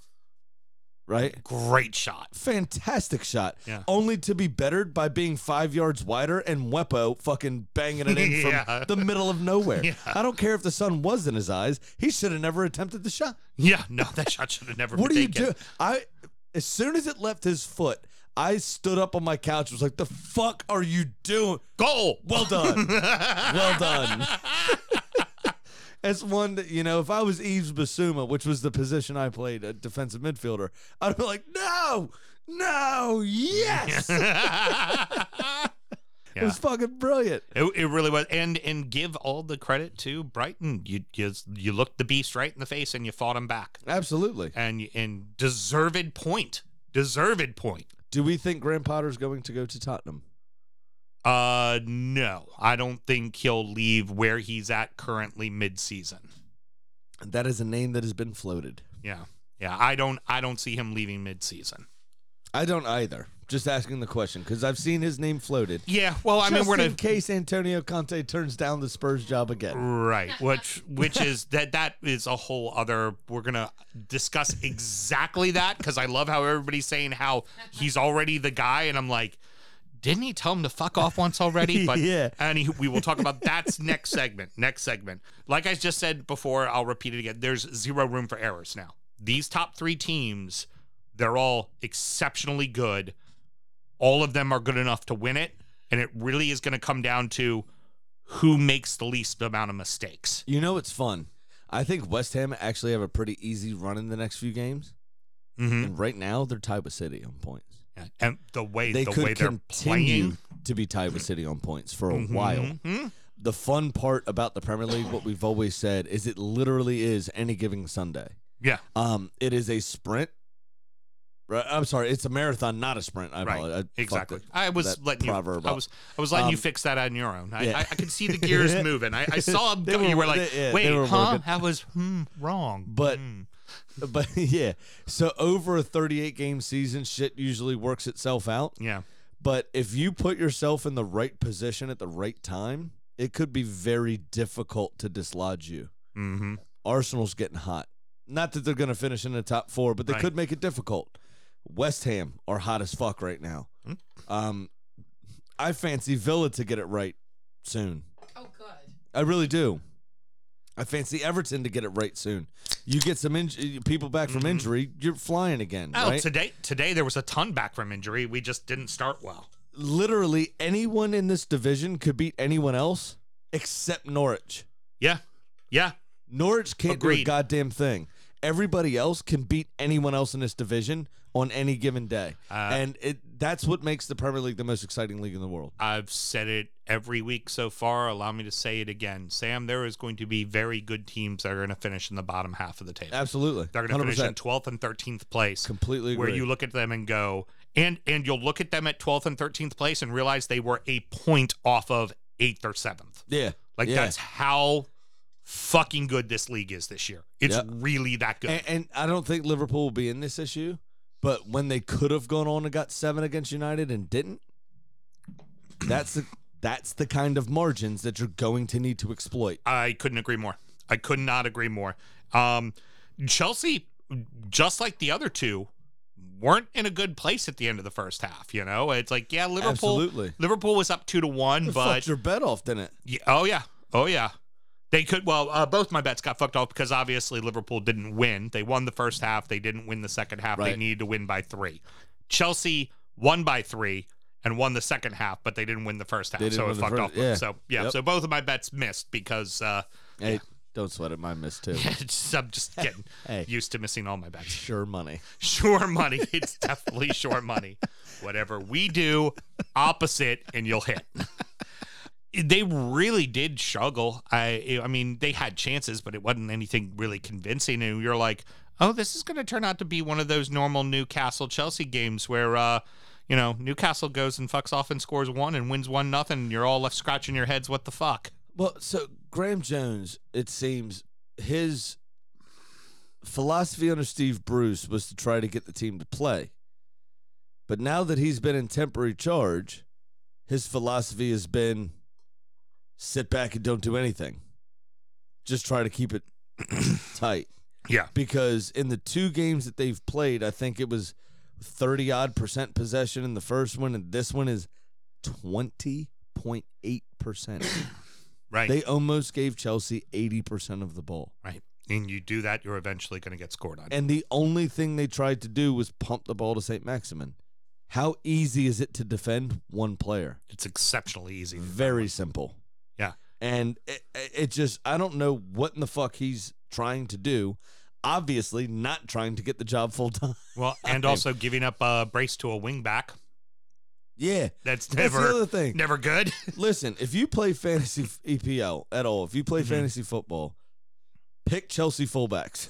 S3: right?
S2: Great shot.
S3: fantastic shot.
S2: Yeah.
S3: Only to be bettered by being five yards wider and Wepo fucking banging
S2: [laughs]
S3: it in
S2: Yeah.
S3: from the middle of nowhere.
S2: Yeah.
S3: I don't care if the sun was in his eyes. He should have never attempted the shot.
S2: Yeah. [laughs] No, that shot should have never
S3: What
S2: been
S3: do you
S2: taken.
S3: do? I as soon as it left his foot, I stood up on my couch. Was like, the fuck are you doing?
S2: Goal.
S3: [laughs] Well done. well done. That's one that, you know, if I was Eves Basuma, which was the position I played, a defensive midfielder, I'd be like, no, no, yes. It was fucking brilliant.
S2: [laughs] It, it really was, and and give all the credit to Brighton. You you you looked the beast right in the face, and you fought him back,
S3: Absolutely.
S2: and and deserved point, deserved point.
S3: Do we think Graham Potter's going to go to Tottenham?
S2: Uh, no, I don't think he'll leave where he's at currently mid-season.
S3: That is a name that has been floated.
S2: Yeah, yeah, I don't I don't see him leaving mid-season.
S3: I don't either. Just asking the question because I've seen his name floated.
S2: Yeah, well, I mean,
S3: Just
S2: we're
S3: in
S2: gonna
S3: case Antonio Conte turns down the Spurs job again.
S2: right, which which is that that is a whole other. We're gonna discuss exactly that because I love how everybody's saying how he's already the guy, and I'm like. Didn't he tell him to fuck off once
S3: [laughs]
S2: already? But
S3: Yeah.
S2: and he, we will talk about [laughs] that's next segment. Next segment. Like I just said before, I'll repeat it again. There's zero room for errors now. These top three teams, they're all exceptionally good. All of them are good enough to win it, and it really is going to come down to who makes the least amount of mistakes.
S3: You know it's fun. I think West Ham actually have a pretty easy run in the next few games,
S2: hmm
S3: and right now they're tied with City on points.
S2: And the way
S3: They
S2: the way
S3: could
S2: they're
S3: continue
S2: playing
S3: to be tied with City on points for a while.
S2: Mhm.
S3: The fun part about the Premier League, what we've always said, is it literally is any given Sunday.
S2: Yeah.
S3: Um, it is a sprint. Right, I'm sorry, it's a marathon, not a sprint. I
S2: Right.
S3: apologize. I fucked
S2: exactly.
S3: it.
S2: I was
S3: that
S2: letting you.
S3: proverb
S2: I
S3: up.
S2: was. I was letting you
S3: Um,
S2: fix that on your own. I,
S3: [laughs] yeah.
S2: I, I could see the gears moving. I, I saw them.
S3: They
S2: Go, you
S3: were-
S2: were like,
S3: they- yeah, they
S2: "Wait,
S3: were
S2: huh?
S3: working.
S2: That was hmm, wrong."
S3: But-
S2: Hmm.
S3: but [laughs] yeah, so over a 38 game season, shit usually works itself out.
S2: yeah,
S3: But if you put yourself in the right position at the right time, it could be very difficult to dislodge you.
S2: hmm
S3: Arsenal's getting hot. Not that they're going to finish in the top four, but they
S2: Right.
S3: could make it difficult. West Ham are hot as fuck right now.
S2: Hmm.
S3: Um, I fancy Villa to get it right soon.
S5: Oh, good.
S3: I really do. I fancy Everton to get it right soon. You get some inj- people back from
S2: Mm-hmm.
S3: injury, you're flying again.
S2: Oh,
S3: right?
S2: today today there was a ton back from injury. We just didn't start well.
S3: Literally anyone in this division could beat anyone else except Norwich.
S2: Yeah, yeah,
S3: Norwich can't do a
S2: Agreed.
S3: goddamn thing. Everybody else can beat anyone else in this division on any given day,
S2: Uh,
S3: and it that's what makes the Premier League the most exciting league in the world.
S2: I've said it every week so far. Allow me to say it again, Sam. There is going to be very good teams that are going to finish in the bottom half of the table.
S3: Absolutely,
S2: They're going to finish in
S3: 100%.
S2: 12th and 13th place.
S3: Completely
S2: Where
S3: agree.
S2: you look at them and go, and and you'll look at them at 12th and 13th place and realize they were a point off of eighth or seventh.
S3: yeah,
S2: Like
S3: yeah.
S2: that's how fucking good this league is this year. It's
S3: Yep.
S2: really that good.
S3: And, and I don't think Liverpool will be in this issue, but when they could have gone on and got seven against United and didn't, that's the that's the kind of margins that you're going to need to exploit.
S2: I couldn't agree more. I could not agree more. Um, Chelsea, just like the other two, weren't in a good place at the end of the first half. You know, it's like yeah, Liverpool.
S3: Absolutely.
S2: Liverpool was up two to one, but
S3: Fucked your bet off, didn't it?
S2: Yeah, oh yeah. Oh yeah. They could. Well, uh, both my bets got fucked off because obviously Liverpool didn't win. They won the first half. They didn't win the second half. They
S3: Right.
S2: needed to win by three. Chelsea won by three and won the second half, but they didn't win the first half.
S3: didn't
S2: So it
S3: win the
S2: fucked
S3: first-
S2: off. both.
S3: yeah.
S2: So yeah.
S3: Yep.
S2: So both of my bets missed because uh, [laughs]
S3: Hey, don't sweat it. Mine missed too. [laughs]
S2: it's- I'm just getting
S3: Hey.
S2: used to missing all my bets.
S3: Sure, money.
S2: Sure money. [laughs] It's definitely sure money. Whatever we do, opposite, and you'll hit. They really did struggle. I I mean, they had chances, but it wasn't anything really convincing. And you're like, oh, this is going to turn out to be one of those normal Newcastle Chelsea games where, uh, you know, Newcastle goes and fucks off and scores one and wins one nothing. And you're all left scratching your heads. What the fuck?
S3: Well, so Graham Jones, it seems his philosophy under Steve Bruce was to try to get the team to play. But now that he's been in temporary charge, his philosophy has been sit back and don't do anything. Just try to keep it [coughs] tight.
S2: Yeah.
S3: Because in the two games that they've played, I think it was 30 odd percent possession in the first one, and this one is 20.8 percent.
S2: Right.
S3: They almost gave Chelsea 80% of the ball.
S2: right. And you do that, you're eventually going to get scored on.
S3: And the only thing they tried to do was pump the ball to St. Maximin. How easy is it to defend one player?
S2: it's exceptionally easy. to
S3: Very simple.
S2: Yeah.
S3: And it, it just, I don't know what in the fuck he's trying to do. Obviously, not trying to get the job full time. [laughs]
S2: Well, and also giving up a brace to a wing back.
S3: yeah.
S2: That's
S3: That's
S2: never
S3: the other thing.
S2: never good. [laughs]
S3: Listen, if you play fantasy f- EPL at all, if you play
S2: Mm-hmm.
S3: fantasy football, pick Chelsea fullbacks.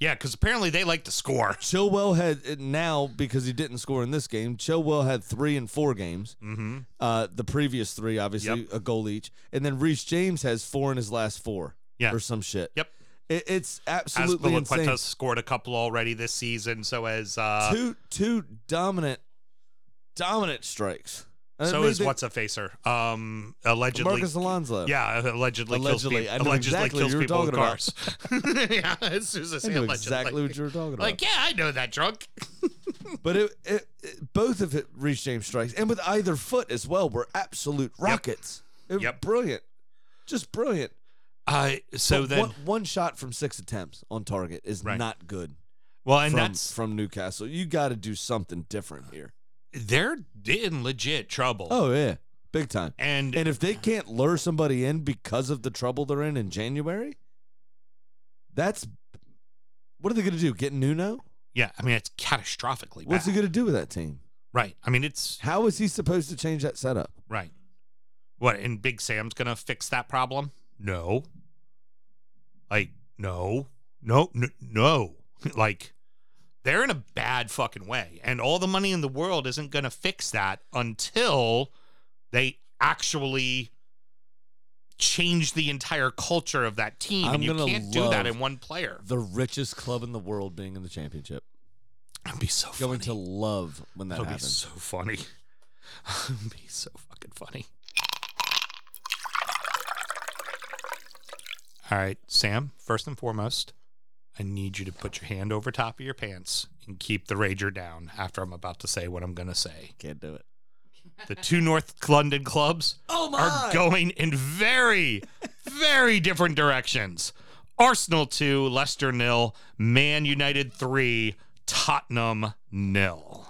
S2: yeah, because apparently they like to score.
S3: Chilwell had it now because he didn't score in this game. Chilwell had three and four games.
S2: Mm-hmm.
S3: Uh, the previous three, obviously
S2: Yep.
S3: a goal each, and then Reece James has four in his last four.
S2: Yeah.
S3: or some shit.
S2: Yep.
S3: It, it's
S2: As
S3: absolutely insane.
S2: Quintas scored a couple already this season, so as uh,
S3: two two dominant dominant strikes. And it
S2: so
S3: made
S2: is
S3: the-
S2: what's a facer. Um, allegedly,
S3: Marcus Alonso.
S2: yeah, allegedly,
S3: Allegedly.
S2: kills
S3: I
S2: people,
S3: knew
S2: allegedly
S3: exactly
S2: kills
S3: what you were
S2: people with cars. [laughs]
S3: talking
S2: yeah, as soon as I
S3: I
S2: say
S3: knew
S2: allegedly,
S3: exactly
S2: like,
S3: what you were talking about.
S2: like yeah, I know that drunk.
S3: but it, it, it- both of it reach James strikes, and with either foot as well were absolute rockets. It was
S2: Yep.
S3: brilliant, just brilliant.
S2: Uh, so
S3: But
S2: then,
S3: one, one shot from six attempts on target is
S2: Right.
S3: not good.
S2: well, and
S3: from,
S2: that's
S3: from Newcastle. You got to do something different here.
S2: they're in legit trouble.
S3: Oh yeah, big time.
S2: and
S3: And if they can't lure somebody in because of the trouble they're in in January, that's what are they going to do? Get Nuno?
S2: yeah, I mean it's catastrophically
S3: What's he
S2: bad.
S3: going to do with that team?
S2: right. I mean it's
S3: How is he supposed to change that setup?
S2: Right. What, and Big Sam's going to fix that problem? No. Like, no. No, no, no. [laughs] like, they're in a bad fucking way. And all the money in the world isn't going to fix that until they actually change the entire culture of that team.
S3: I'm
S2: and you
S3: gonna
S2: can't do that
S3: love
S2: in one player.
S3: The richest club in the world being in the championship.
S2: That'd be so
S3: Going
S2: funny.
S3: to love when that
S2: That'd be
S3: happens.
S2: so funny. [laughs] That'd be so fucking funny. All right, Sam, first and foremost, I need you to put your hand over top of your pants and keep the rager down after I'm about to say what I'm going to say.
S3: Can't do it.
S2: The
S3: [laughs]
S2: two North London clubs
S3: Oh
S2: are going in very, very different directions. Arsenal 2, Leicester nil, Man United 3, Tottenham nil.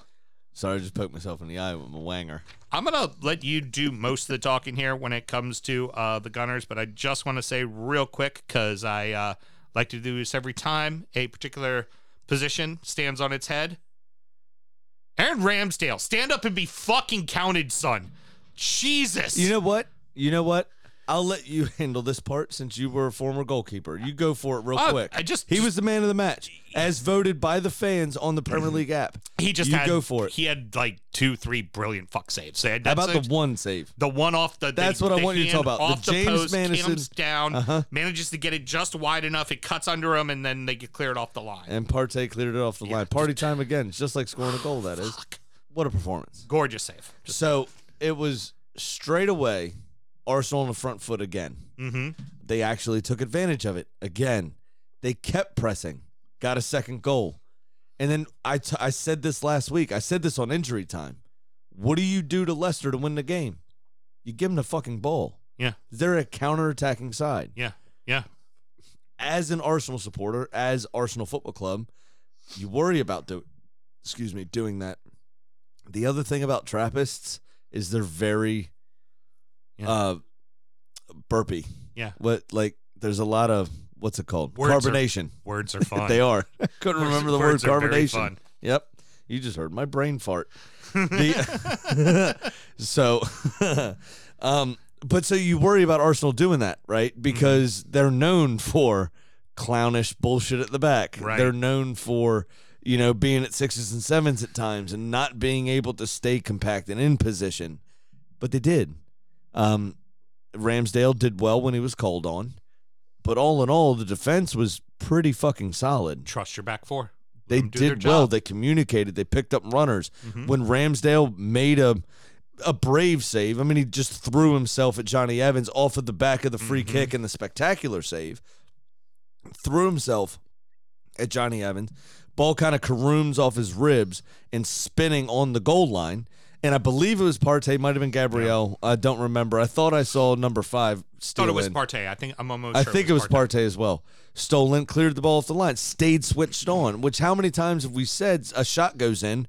S3: Sorry, I just poked myself in the eye with my wanger.
S2: I'm gonna let you do most of the talking here when it comes to uh, the Gunners, but I just want to say real quick because I uh, like to do this every time a particular position stands on its head. Aaron Ramsdale, stand up and be fucking counted, son. Jesus.
S3: You know what? You know what? I'll let you [laughs] handle this part since you were a former goalkeeper. You go for it real
S2: Oh,
S3: quick.
S2: I just-
S3: he was the man of the match, as voted by the fans on the Premier League app.
S2: [clears throat] he just
S3: you
S2: had,
S3: go for it.
S2: He had like two, three brilliant fuck saves. They had
S3: How
S2: that
S3: about
S2: save-
S3: the one save?
S2: The one off the
S3: That's
S2: the-
S3: what I
S2: the
S3: want you to talk
S2: hand
S3: about. The
S2: Off the,
S3: James
S2: post,
S3: Maddison-
S2: comes down,
S3: Uh-huh.
S2: manages to get it just wide enough. It cuts under him, and then they get cleared off the line.
S3: And Partey cleared it off the
S2: Yeah.
S3: line. Party time again. It's just like scoring a goal, that is.
S2: Fuck.
S3: What a performance.
S2: Gorgeous save.
S3: So it was straight away Arsenal on the front foot again.
S2: Mm-hmm.
S3: They actually took advantage of it again. They kept pressing, got a second goal. And then I, t- I said this last week. I said this on injury time. What do you do to Leicester to win the game? You give them the fucking ball.
S2: Yeah.
S3: They're a counterattacking side.
S2: Yeah. Yeah.
S3: As an Arsenal supporter, as Arsenal Football Club, you worry about do- excuse me, doing that. The other thing about Trappists is they're very
S2: Yeah.
S3: uh burpy.
S2: Yeah.
S3: What like there's a lot of what's it called?
S2: Words are
S3: carbonation.
S2: Words [laughs] are fun.
S3: They are. Couldn't
S2: Words-
S3: remember the
S2: words are
S3: word
S2: very
S3: carbonation.
S2: fun.
S3: Yep. You just heard my brain fart. The- [laughs] so um but so you worry about Arsenal doing that, right? Because they're known for clownish bullshit at the back.
S2: Right.
S3: They're known for you know being at sixes and sevens at times and not being able to stay compact and in position. But they did. Um Ramsdale did well when he was called on. But all in all, the defense was pretty fucking solid.
S2: Trust your back four. Let
S3: They
S2: them do their
S3: did well.
S2: job. Mm-hmm.
S3: They communicated. They picked up runners. When Ramsdale made a a brave save, I mean, he just threw himself at Johnny Evans off of the back of the free
S2: Mm-hmm.
S3: kick and the spectacular save. Threw himself at Johnny Evans. Ball kind of carooms off his ribs and spinning on the goal line. And I believe it was Partey, might have been Gabriel. I don't remember. I thought I saw number five.
S2: Thought it was
S3: steal in.
S2: Partey. I think I'm almost.
S3: I
S2: sure
S3: think it was Partey. as well. Stolen, cleared the ball off the line, stayed switched on. Which how many times have we said a shot goes in,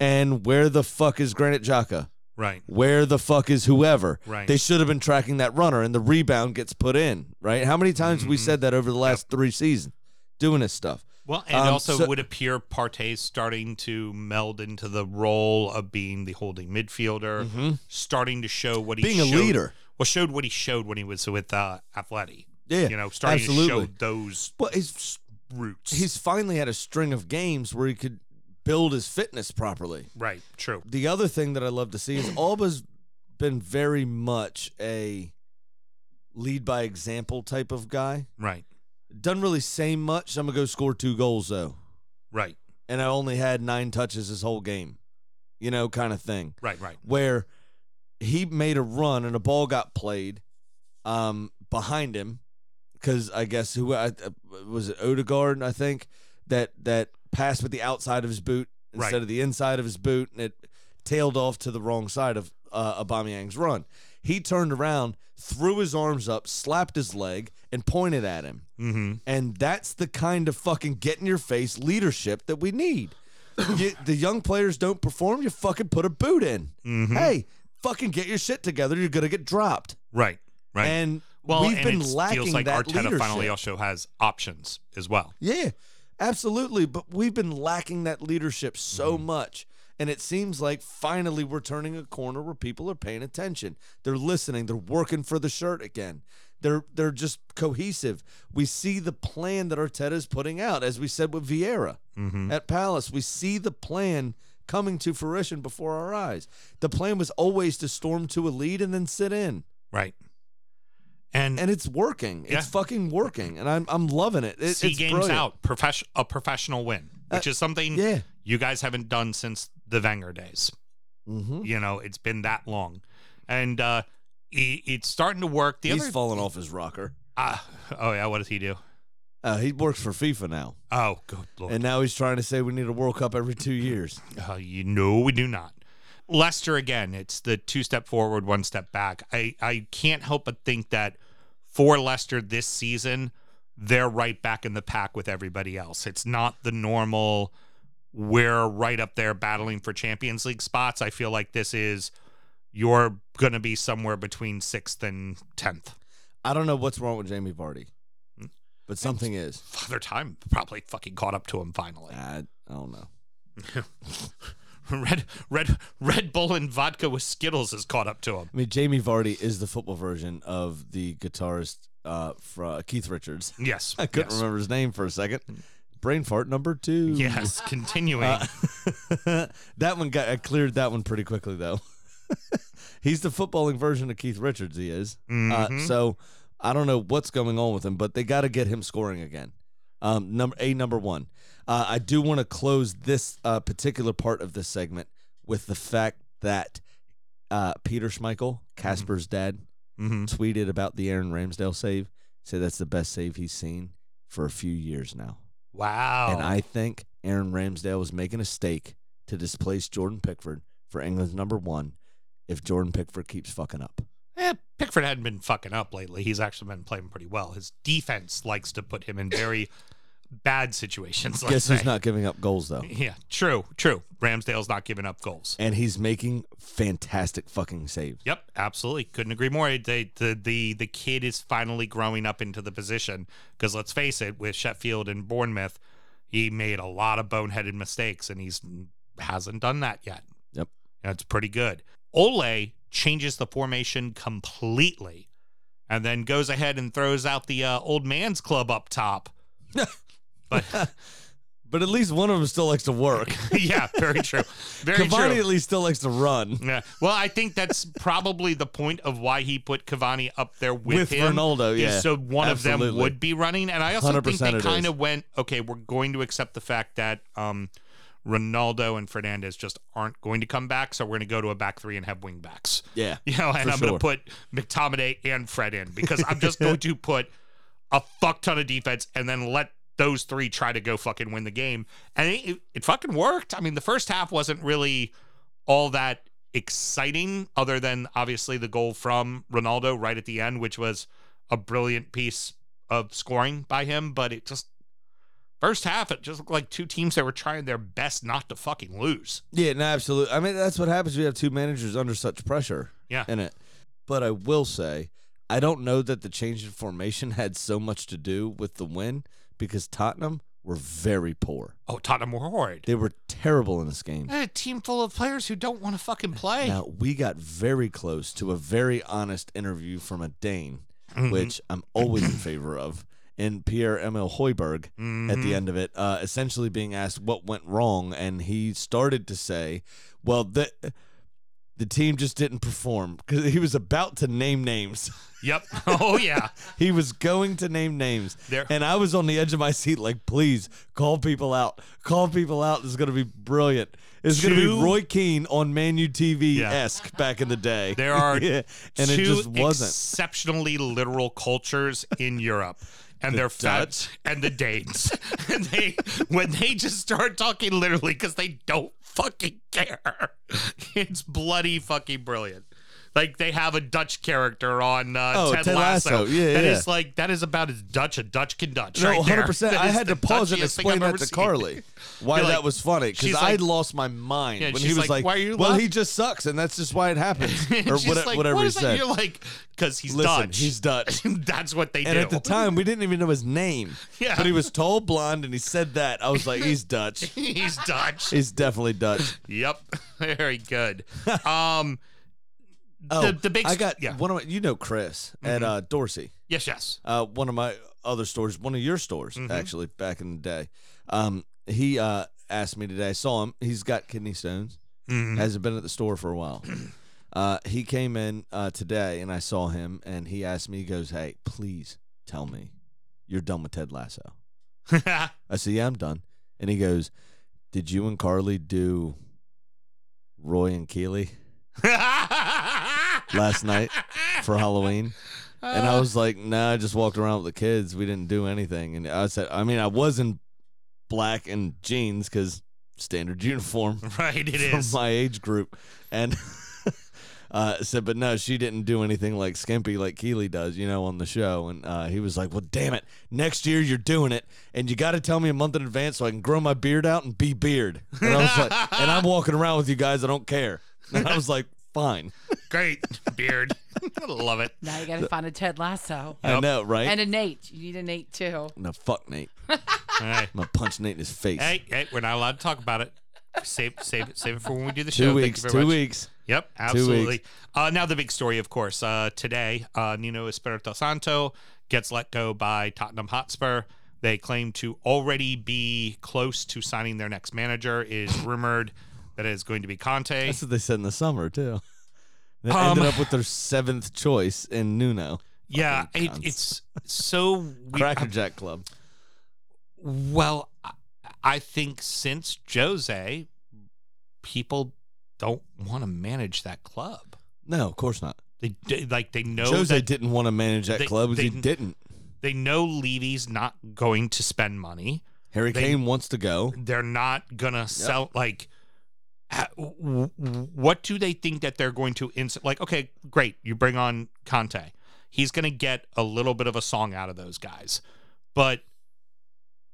S3: and where the fuck is Granite Jaka?
S2: Right.
S3: Where the fuck is whoever?
S2: Right.
S3: They should have been tracking that runner, and the rebound gets put in. Right? How many times have we said that over the last three seasons, doing this stuff?
S2: Well, and
S3: Um,
S2: also
S3: so-
S2: it would appear Partey's starting to meld into the role of being the holding midfielder, starting to show what he
S3: Mm-hmm. Being a
S2: showed-
S3: leader.
S2: Well, showed what he showed when he was with uh, Atleti.
S3: Yeah,
S2: you know, starting to
S3: absolutely.
S2: show those
S3: Well, he's
S2: roots.
S3: he's finally had a string of games where he could build his fitness properly.
S2: right, true.
S3: the other thing that I love to see is Alba's been very much a lead by example type of guy.
S2: Right,
S3: Doesn't really say much. I'm gonna go score two goals though,
S2: right,
S3: and I only had nine touches this whole game, you know, kind of thing.
S2: right, right.
S3: Where he made a run and a ball got played um, behind him because I uh, guess who I, was it Odegaard I think that that passed with the outside of his boot instead
S2: Right.
S3: of the inside of his boot, and it tailed off to the wrong side of uh, Aubameyang's run. He turned around, threw his arms up, slapped his leg, and pointed at him. Mm-hmm. And that's the kind of fucking get in your face leadership that
S2: [laughs]
S3: we need. you, the young players don't perform. You fucking put a boot in.
S2: Mm-hmm.
S3: Hey, fucking get your shit together. You're gonna get dropped.
S2: Right. Right.
S3: And
S2: well,
S3: we've
S2: and
S3: been
S2: it
S3: lacking
S2: feels like
S3: that
S2: Arteta
S3: leadership.
S2: finally also has options as well.
S3: Yeah, absolutely. But we've been lacking that leadership so
S2: Mm-hmm.
S3: much. And it seems like finally we're turning a corner where people are paying attention. They're listening. They're working for the shirt again. They're they're just cohesive. We see the plan that Arteta is putting out, as we said with Vieira
S2: Mm-hmm.
S3: at Palace. We see the plan coming to fruition before our eyes. The plan was always to storm to a lead and then sit in
S2: Right. And,
S3: and it's working.
S2: Yeah.
S3: It's fucking working, and I'm I'm loving it. it
S2: see
S3: it's
S2: games
S3: brilliant. Uh,
S2: out, profes- a professional win, which is something
S3: yeah.
S2: you guys haven't done since the Wenger days.
S3: Mm-hmm.
S2: You know, it's been that long, and uh, he, it's starting to work. The
S3: He's
S2: other,
S3: fallen off his rocker.
S2: uh, oh yeah, what does he do?
S3: Uh, he works for FIFA now,
S2: Oh, good lord!
S3: and now he's trying to say we need a World Cup every two years.
S2: Uh, you know we do not. Leicester again. It's the two step forward, one step back. I I can't help but think that for Leicester this season, they're right back in the pack with everybody else. It's not the normal. We're right up there battling for Champions League spots. I feel like this is you're going to be somewhere between sixth and tenth.
S3: I don't know what's wrong with Jamie Vardy,
S2: Hmm.
S3: but something is.
S2: Father Time probably fucking caught up to him finally.
S3: I, I don't know.
S2: [laughs] Red Red Red Bull and vodka with Skittles has caught up to him.
S3: I mean, Jamie Vardy is the football version of the guitarist uh, fro- Keith Richards. [laughs]
S2: Yes,
S3: I couldn't
S2: yes. Hmm.
S3: remember his name for a second. Brain fart number two. [laughs]
S2: Yes, continuing.
S3: Uh, that one got I cleared that one pretty quickly though. [laughs] He's the footballing version of Keith Richards. He is. Uh, so I don't know what's going on with him, but they got to get him scoring again. Um, number a number one. Uh, I do want to close this uh, particular part of this segment with the fact that uh, Peter Schmeichel, Casper's dad, mm-hmm.
S2: Mhm.
S3: tweeted about the Aaron Ramsdale save. Said that's the best save he's seen for a few years now.
S2: Wow.
S3: And I think Aaron Ramsdale was making a stake to displace Jordan Pickford for England's number one if Jordan Pickford keeps fucking up.
S2: eh, Pickford hadn't been fucking up lately. He's actually been playing pretty well. His defense likes to put him in very bad situations. [laughs] Let's
S3: Guess
S2: say.
S3: who's not giving up goals, though?
S2: Yeah, true, true. Ramsdale's not giving up goals.
S3: And he's making fantastic fucking saves.
S2: Yep, absolutely. Couldn't agree more. They, the the the kid is finally growing up into the position because let's face it, with Sheffield and Bournemouth, he made a lot of boneheaded mistakes, and he's mm, hasn't done that yet.
S3: Yep.
S2: That's pretty good. Ole changes the formation completely, and then goes ahead and throws out the uh, old man's club up top. [laughs] but
S3: But at least one of them still likes to work.
S2: yeah, very true. [laughs] Very true.
S3: Cavani at least still likes to run
S2: [laughs] Yeah. Well, I think that's probably the point of why he put Cavani up there with,
S3: With
S2: him,
S3: Ronaldo,
S2: is
S3: yeah.
S2: So one of them
S3: Absolutely.
S2: would be running, and I also think
S3: 100%
S2: they
S3: it
S2: kind
S3: is.
S2: of went, okay, we're going to accept the fact that um, Ronaldo and Fernandez just aren't going to come back, so we're going to go to a back three and have wing backs.
S3: Yeah,
S2: [laughs] You know, and
S3: for
S2: I'm going to
S3: sure.
S2: put McTominay and Fred in because I'm
S3: [laughs]
S2: just going to put a fuck ton of defense and then let those three try to go fucking win the game. And it, it fucking worked. I mean, the first half wasn't really all that exciting, other than obviously the goal from Ronaldo right at the end, which was a brilliant piece of scoring by him. But it just, first half, it just looked like two teams that were trying their best not to fucking lose.
S3: Yeah, no, absolutely. I mean, that's what happens. We have two managers under such pressure.
S2: Yeah.
S3: In it, but I will say, I don't know that the change in formation had so much to do with the win because Tottenham were very poor.
S2: Oh, Tottenham were horrid.
S3: They were terrible in this game.
S2: A team full of players who don't want to fucking play.
S3: Now we got very close to a very honest interview from a Dane, which I'm always in favor of, and Pierre Emil Hoiberg at the end of it, uh, essentially being asked what went wrong, and he started to say, "Well, the the team just didn't perform because he was about to name names."
S2: Yep. [laughs] Oh yeah.
S3: He was going to name names.
S2: There-
S3: And I was on the edge of my seat, like, please call people out. Call people out. This is going to be brilliant. It's going to
S2: Two-
S3: be Roy Keane on Man U TV esque back in the day.
S2: There are
S3: [laughs] yeah. And it
S2: two
S3: just wasn't.
S2: exceptionally literal cultures in Europe. and they're fat and the Danes. [laughs] and they when they just start talking literally because they don't fucking care. [laughs] It's bloody fucking brilliant. Like they have a Dutch character on uh,
S3: Oh,
S2: Ted,
S3: Ted
S2: Lasso.
S3: Lasso. Yeah,
S2: That
S3: yeah.
S2: is like that is about as Dutch a Dutch can Dutch.
S3: No,
S2: right there.
S3: 100%.
S2: That
S3: I
S2: is
S3: had to
S2: the
S3: pause and
S2: Dutchiest thing
S3: explain
S2: I've
S3: that
S2: ever
S3: to
S2: seen. [laughs]
S3: Carly why
S2: You're
S3: that
S2: like-
S3: was funny because
S2: she's
S3: I
S2: like-
S3: lost my mind
S2: Yeah,
S3: when he
S2: she's
S3: was
S2: like,
S3: like,
S2: "Why are you
S3: well,
S2: laugh-"
S3: he just sucks and that's just why it happens.
S2: [laughs] And
S3: or
S2: she's
S3: what,
S2: like,
S3: whatever
S2: what
S3: he
S2: is that?
S3: said.
S2: You're like, because he's
S3: Listen,
S2: Dutch.
S3: he's Dutch.
S2: [laughs] That's what they
S3: and
S2: do. [laughs]
S3: at the time, we didn't even know his name.
S2: Yeah.
S3: But he was tall, blonde, and he said that. I was like, he's Dutch.
S2: he's Dutch.
S3: He's definitely Dutch.
S2: Yep. Very
S3: [laughs]
S2: good. Um [laughs]
S3: Oh,
S2: The- the big
S3: I
S2: st-
S3: got
S2: yeah. Mm-hmm.
S3: one of my, you know Chris at uh, Dorsey.
S2: yes, yes. [laughs]
S3: uh, one of my other stores, one of your stores
S2: Mm-hmm.
S3: actually, back in the day. Um, he uh, asked me today. I saw him. He's got kidney stones.
S2: Mm-hmm.
S3: Hasn't been at the store for
S2: [clears throat]
S3: a while. Uh, he came in uh, today, and I saw him, and he asked me. He goes, "Hey, please tell me you're done with Ted Lasso." I said, "Yeah, I'm done." And he goes, "Did you and Carly do Roy and Keeley last night for Halloween?" And
S2: Uh.
S3: I was like, nah, I just walked around with the kids. We didn't do anything. And I said, I mean, I was in black and jeans because standard uniform
S2: Uh, right, it
S3: for
S2: is.
S3: my age group. And [laughs] uh, said, but no, she didn't do anything like skimpy like Keely does, you know, on the show. And uh, he was like, well, damn it. Next year you're doing it. And you got to tell me a month in advance so I can grow my beard out and be beard. And I
S2: [laughs]
S3: was like, and I'm walking around with you guys. I don't care. And I was like, fine.
S2: Great
S3: [laughs]
S2: beard. Love it.
S5: Now you got to find a Ted Lasso
S3: I know, right?
S5: and a Nate. You need a Nate too.
S3: no, fuck Nate.
S2: Hey,
S3: I'm gonna punch Nate in his face.
S2: hey, hey, we're not allowed to talk about it. Save, save it, save it for when we do the show.
S3: two
S2: Thank you
S3: weeks.
S2: very
S3: Two
S2: much.
S3: weeks.
S2: Yep, absolutely. Uh, now the big story, of course, uh, today, uh, Nino Espirito Santo gets let go by Tottenham Hotspur. They claim to already be close to signing their next manager. It Is rumored that it is going to be Conte.
S3: That's what they said in the summer too. They
S2: Um,
S3: ended up with their seventh choice in Nuno
S2: yeah,
S3: fucking
S2: it,
S3: cunts.
S2: it's so weird.
S3: Cracker Jack Club.
S2: Well, I- I think since Jose, people don't want to manage that club.
S3: No, of course not.
S2: They d- like they know
S3: Jose
S2: that
S3: didn't want to manage that
S2: they-
S3: club because he
S2: they-
S3: didn't.
S2: they know Levy's not going to spend money.
S3: Harry
S2: they-
S3: Kane wants to go.
S2: They're not gonna sell like. ha- w- w- What do they think that they're going to insert? Like, okay, great, you bring on Conte. He's gonna get a little bit of a song out of those guys, but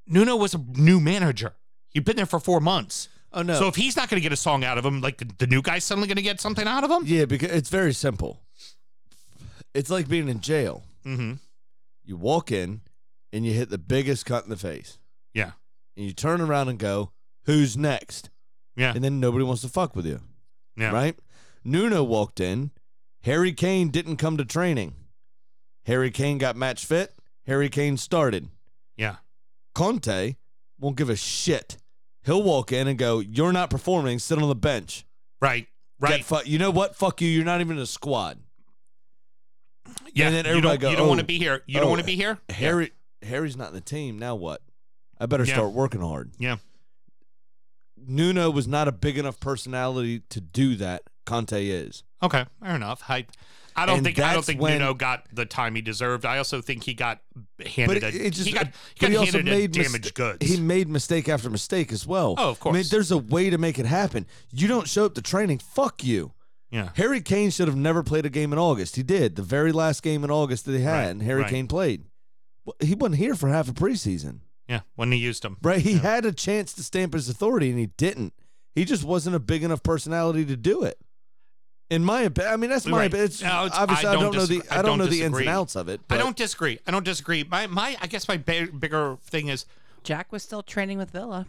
S2: Nuno was a new manager. He'd been there for four months.
S3: Oh no.
S2: So if he's not going to get a song out of him, like the, the new guy's suddenly going to get something out of him.
S3: yeah, because it's very simple. It's like being in jail.
S2: Mm-hmm.
S3: You walk in and you hit the biggest cut in the face,
S2: Yeah.
S3: and you turn around and go, "Who's next?"
S2: Yeah.
S3: And then nobody wants to fuck with you.
S2: Yeah.
S3: right? Nuno walked in. Harry Kane didn't come to training. Harry Kane got match fit. Harry Kane started.
S2: Yeah.
S3: Conte won't give a shit. He'll walk in and go, "You're not performing. Sit on the bench."
S2: Right.
S3: Get
S2: Right.
S3: fu- you know what? Fuck you. You're not even in a squad.
S2: yeah.
S3: and then
S2: you
S3: everybody
S2: don't,
S3: go,
S2: you don't want
S3: "Oh,
S2: to be here. You
S3: oh,
S2: don't want to be here. Yeah.
S3: Harry Harry's not in the team. Now what? I better
S2: Yeah.
S3: start working hard.
S2: Yeah.
S3: Nuno was not a big enough personality to do that. Conte is.
S2: Okay. Fair enough. I, I don't
S3: And
S2: think I don't
S3: that's
S2: think
S3: when-
S2: Nuno got the time he deserved. I also think he got handed
S3: it-
S2: a
S3: it just-
S2: he got he
S3: but
S2: got
S3: he also
S2: handed a
S3: made mis-
S2: damaged goods.
S3: He made mistake after mistake as well.
S2: Oh, of
S3: I mean,
S2: course.
S3: there's a way to make it happen. You don't show up to training, fuck you.
S2: yeah.
S3: Harry Kane should have never played a game in August. He did. The very last game in August that he had,
S2: Right,
S3: and Harry
S2: right.
S3: Kane played. Well, he wasn't here for half a preseason,
S2: Yeah. When he used him.
S3: right? He had a chance to stamp his authority, and he didn't. He just wasn't a big enough personality to do it. In my opinion, I mean that's my
S2: Right.
S3: opinion. It's,
S2: No, it's-
S3: obviously,
S2: I
S3: I don't,
S2: don't
S3: know
S2: disagree- I
S3: the I don't
S2: don't
S3: know the ins
S2: disagree.
S3: and outs of it.
S2: I
S3: but-
S2: don't disagree. I don't disagree. My my I guess my ba- bigger thing is
S5: Jack was still training with Villa.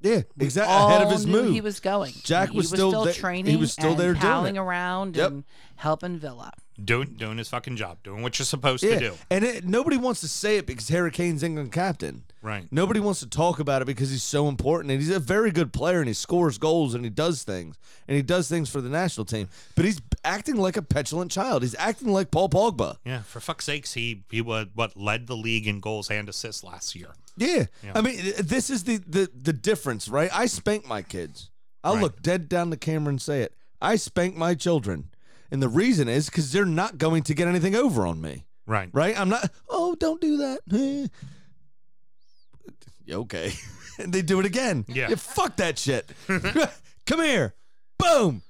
S3: Yeah, exactly.
S5: All
S3: Ahead of his
S5: knew
S3: move,
S5: he was going.
S3: Jack
S5: he
S3: was still there- he
S5: training.
S3: was still
S5: and
S3: there doing
S5: palling
S3: it.
S5: around
S3: Yep.
S5: and helping Villa.
S2: doing doing his fucking job, doing what you're supposed to do.
S3: And it, nobody wants to say it because Harry Kane's England captain.
S2: Right.
S3: Nobody wants to talk about it because he's so important and he's a very good player and he scores goals and he does things and he does things for the national team. But he's acting like a petulant child. He's acting like Paul Pogba.
S2: Yeah, for fuck's sakes, he he was what led the league in goals and assists last year.
S3: Yeah. I mean, th- this is the the, the difference, right? I spank my kids. I'll
S2: Right.
S3: look dead down the camera and say it. I spank my children. And the reason is because they're not going to get anything over on me.
S2: Right.
S3: right? I'm not. Oh, don't do that. [laughs] Eh. Yeah, okay. [laughs] and they do it again.
S2: Yeah.
S3: fuck
S2: [laughs]
S3: that shit. [laughs] Come here. Boom.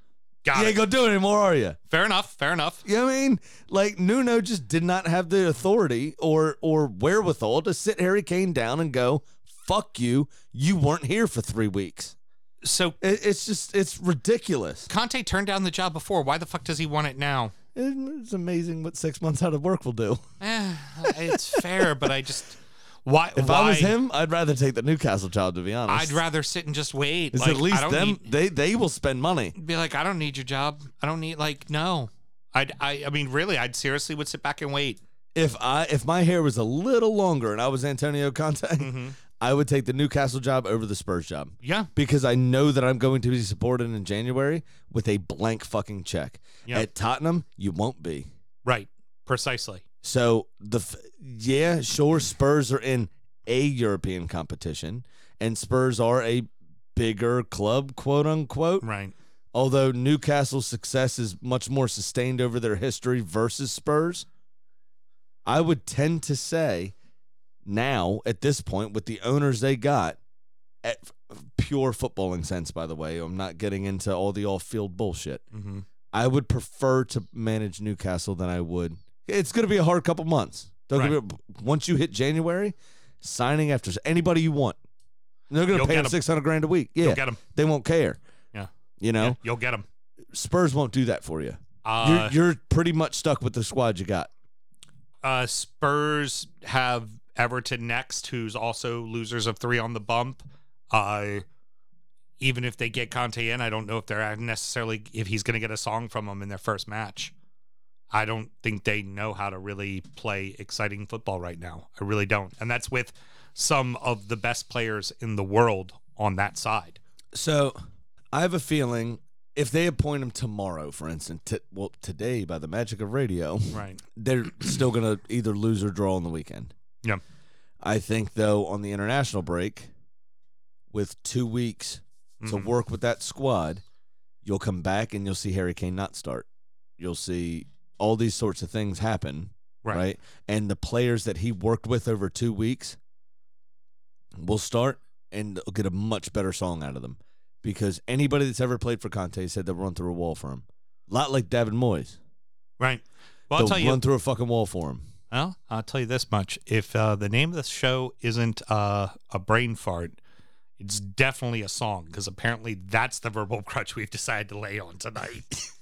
S2: Got
S3: you
S2: it.
S3: ain't gonna do it anymore, are you?
S2: Fair enough. Fair enough.
S3: You know what I mean? Like Nuno just did not have the authority or or wherewithal to sit Harry Kane down and go, "Fuck you. You weren't here for three weeks."
S2: So
S3: It, it's just it's ridiculous.
S2: Conte turned down the job before. Why the fuck does he want it now?
S3: It's amazing what six months out of work will do.
S2: Eh, it's fair, but I just why?
S3: If
S2: why,
S3: I was him, I'd rather take the Newcastle job. To be honest,
S2: I'd rather sit and just wait.
S3: It's
S2: Like,
S3: at
S2: I
S3: least
S2: don't
S3: them.
S2: need-
S3: They they will spend money.
S2: be like, I don't need your job. I don't need like no. I'd, I I mean really, I'd seriously would sit back and wait.
S3: If I if my hair was a little longer and I was Antonio Conte, [laughs]
S2: Mm-hmm.
S3: I would take the Newcastle job over the Spurs job
S2: Yeah.
S3: because I know that I'm going to be supported in January with a blank fucking check.
S2: Yep.
S3: At Tottenham, you won't be.
S2: Right. Precisely.
S3: So the f- yeah, sure, Spurs are in a European competition, and Spurs are a bigger club, quote unquote.
S2: Right.
S3: Although Newcastle's success is much more sustained over their history versus Spurs, I would tend to say now at this point with the owners they got, at pure footballing sense, by the way, I'm not getting into all the off-field bullshit.
S2: Mm-hmm.
S3: I would prefer to manage Newcastle than I would. It's going to be a hard couple months. Don't get
S2: Right.
S3: me- once you hit January, signing after anybody you want, they're going to
S2: You'll
S3: pay
S2: get
S3: them
S2: 'em.
S3: six hundred grand a week.
S2: You'll
S3: Yeah,
S2: get him.
S3: they won't care.
S2: Yeah.
S3: You know,
S2: Yeah, you'll get him.
S3: Spurs won't do that for you.
S2: Uh,
S3: you're, you're pretty much stuck with the squad you got.
S2: uh, Spurs have Everton next, who's also losers of three on the bump. Uh, even if they get Conte in, I don't know if they're necessarily if he's going to get a song from them in their first match. I don't think they know how to really play exciting football right now. I really don't, and that's with some of the best players in the world on that side.
S3: So I have a feeling if they appoint him tomorrow, for instance, t- well today by the magic of radio,
S2: Right.
S3: they're still going to either lose or draw on the weekend.
S2: Yeah.
S3: I think though on the international break, with two weeks to
S2: Mhm.
S3: work with that squad, you'll come back and you'll see Harry Kane not start. You'll see all these sorts of things happen,
S2: Right.
S3: right? And the players that he worked with over two weeks will start and they'll get a much better song out of them because anybody that's ever played for Conte said they'll run through a wall for him. A lot like David Moyes,
S2: Right. Well, I'll
S3: they'll
S2: tell you.
S3: run through a fucking wall for him.
S2: Well, I'll tell you this much: if uh, the name of the show isn't uh, a brain fart, it's definitely a song because apparently that's the verbal [laughs] crutch we've decided to lay on tonight. [laughs]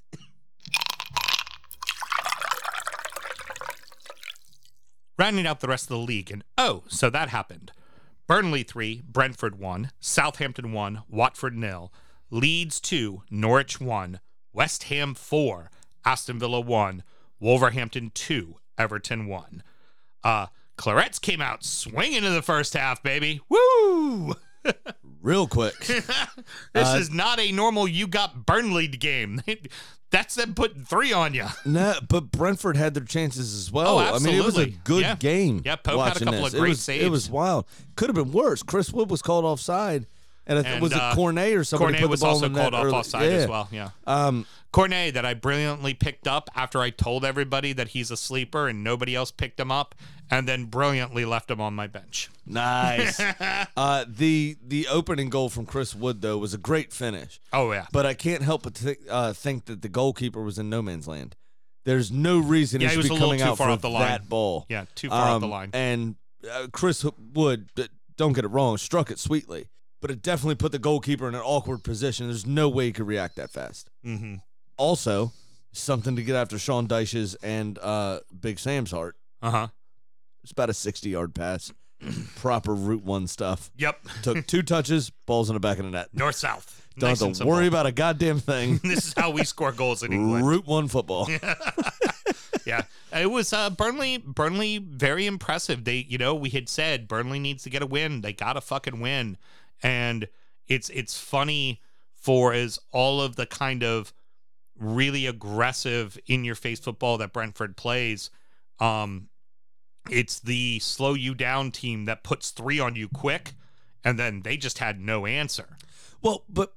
S2: Rounding out the rest of the league, and oh, so that happened. Burnley three, Brentford one, Southampton one, Watford nil, Leeds two, Norwich one, West Ham four, Aston Villa one, Wolverhampton two, Everton one. Uh, Clarets came out swinging in the first half, baby. Woo! [laughs]
S3: Real quick.
S2: This
S3: Uh,
S2: is not a normal you got Burnley game. [laughs] That's them putting three on you.
S3: No, but Brentford had their chances as well.
S2: Oh,
S3: I mean, it was a
S2: absolutely.
S3: good
S2: Yeah.
S3: game.
S2: Yeah, Pope had a
S3: watching
S2: couple
S3: this.
S2: of
S3: it
S2: great
S3: was, It was
S2: saves.
S3: wild. Could have been worse. Chris Wood was called offside, and, I th-
S2: And,
S3: was it
S2: uh,
S3: Cornet or somebody
S2: Cornet
S3: put the
S2: was
S3: ball
S2: also
S3: in the
S2: called
S3: net
S2: off
S3: early-
S2: offside
S3: Yeah.
S2: as well. Yeah.
S3: Um,
S2: Cornet that I brilliantly picked up after I told everybody that he's a sleeper and nobody else picked him up, and then brilliantly left him on my bench. [laughs]
S3: nice. uh, the the opening goal from Chris Wood though was a great finish,
S2: Oh yeah,
S3: but I can't help but th- uh, think that the goalkeeper was in no man's land. There's no reason
S2: Yeah, he
S3: he should
S2: was a
S3: be
S2: little
S3: coming
S2: too
S3: out
S2: far
S3: for
S2: off the line.
S3: that ball.
S2: yeah, too far off the
S3: Um,
S2: line.
S3: And uh, Chris Wood, d- don't get it wrong, struck it sweetly, but it definitely put the goalkeeper in an awkward position. There's no way he could react that fast.
S2: Mm-hmm.
S3: Also, something to get after Sean Dyches and uh, Big Sam's heart.
S2: Uh huh.
S3: It's about a 60 yard pass, [clears throat] proper Route 1 stuff.
S2: Yep.
S3: Took two touches, balls in the back of the
S2: [laughs]
S3: net.
S2: North South.
S3: Don't
S2: Nice and
S3: have to
S2: simple.
S3: worry about a goddamn thing.
S2: [laughs] This is how we score goals
S3: [laughs]
S2: in England.
S3: Route 1 football.
S2: yeah, it was uh, Burnley. Burnley very impressive. They, you know, we had said Burnley needs to get a win. They got to fucking win, and it's it's funny for as all of the kind of really aggressive in your face football that Brentford plays. Um, it's the slow you down team that puts three on you quick, and then they just had no answer.
S3: Well, but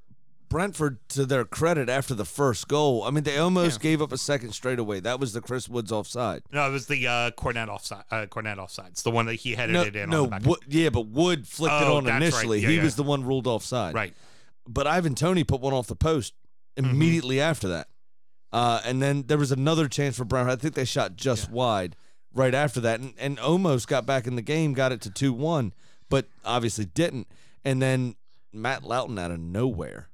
S3: Brentford, to their credit, after the first goal, I mean, they almost gave up a second straightaway. That was the Chris Woods offside.
S2: No, it was the uh, Cornet offside. Uh, Cornet offside. It's the one that he headed
S3: No,
S2: it in. on
S3: no
S2: the back.
S3: Wood, yeah, but Wood flicked
S2: Oh,
S3: it on
S2: that's right.
S3: initially.
S2: Yeah,
S3: he
S2: yeah.
S3: was the one ruled offside.
S2: right.
S3: But Ivan Tony put one off the post immediately after that. Uh, and then there was another chance for Brown. I think they shot just wide right after that and, and almost got back in the game, got it to 2 1, but obviously didn't. And then Matt Loughton out of nowhere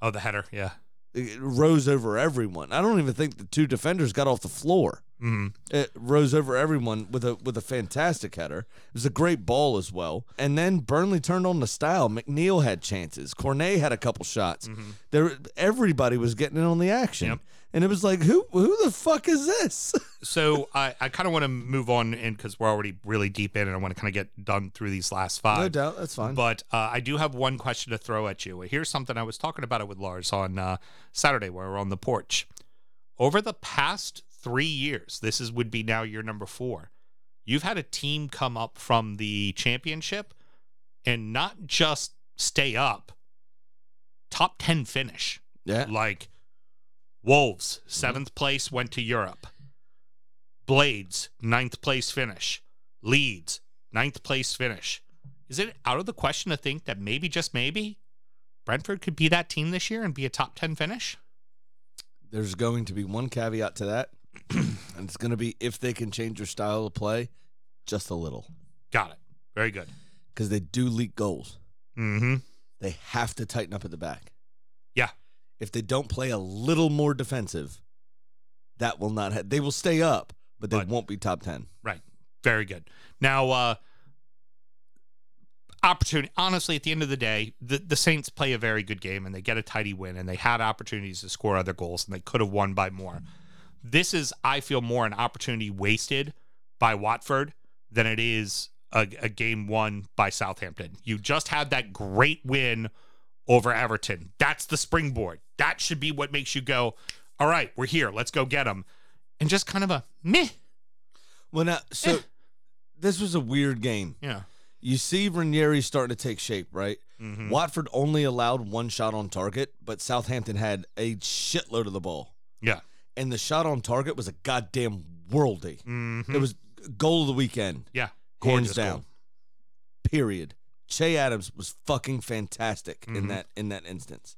S2: Oh, the header. Yeah.
S3: it rose over everyone. I don't even think the two defenders got off the floor.
S2: Mm.
S3: It rose over everyone with a with a fantastic header. It was a great ball as well. And then Burnley turned on the style. McNeil had chances. Cornet had a couple shots. There, everybody was getting in on the action.
S2: Yep.
S3: And it was like, who who the fuck is this? [laughs]
S2: So I, I kind of want to move on in because we're already really deep in, and I want to kind of get done through these last five.
S3: no doubt, that's fine.
S2: But uh, I do have one question to throw at you. Here's something I was talking about it with Lars on uh, Saturday where we are on the porch. Over the past three years, this is would be now year number four. You've had a team come up from the championship and not just stay up, top ten finish.
S3: yeah,
S2: [laughs] Like Wolves, 7th place, went to Europe. Blades, ninth place finish. Leeds, ninth place finish. Is it out of the question to think that maybe, just maybe, Brentford could be that team this year and be a top 10 finish?
S3: there's going to be one caveat to that, [clears throat] and it's going to be if they can change their style of play just a little,
S2: Got it. Very good.
S3: because they do leak goals.
S2: Mm hmm.
S3: They have to tighten up at the back.
S2: Yeah.
S3: if they don't play a little more defensive, that will not. Ha- they will stay up, but they
S2: But-
S3: won't be top ten.
S2: Right. Very good. Now, uh, opportunity. Honestly, at the end of the day, the, the Saints play a very good game and they get a tidy win and they had opportunities to score other goals and they could have won by more. This is, I feel, more an opportunity wasted by Watford than it is a, a game won by Southampton. You just had that great win over Everton. That's the springboard. That should be what makes you go, all right, we're here. Let's go get them. And just kind of a meh.
S3: Well, now so this was a weird game.
S2: Yeah.
S3: You see Ranieri starting to take shape, right?
S2: Mm-hmm.
S3: Watford only allowed one shot on target, but Southampton had a shitload of the ball,
S2: Yeah.
S3: and the shot on target was a goddamn worldie.
S2: Mm-hmm.
S3: It was goal of the weekend.
S2: yeah,
S3: hands
S2: gorgeous
S3: down.
S2: goal.
S3: Period. Che Adams was fucking fantastic in
S2: Mhm.
S3: that in that instance.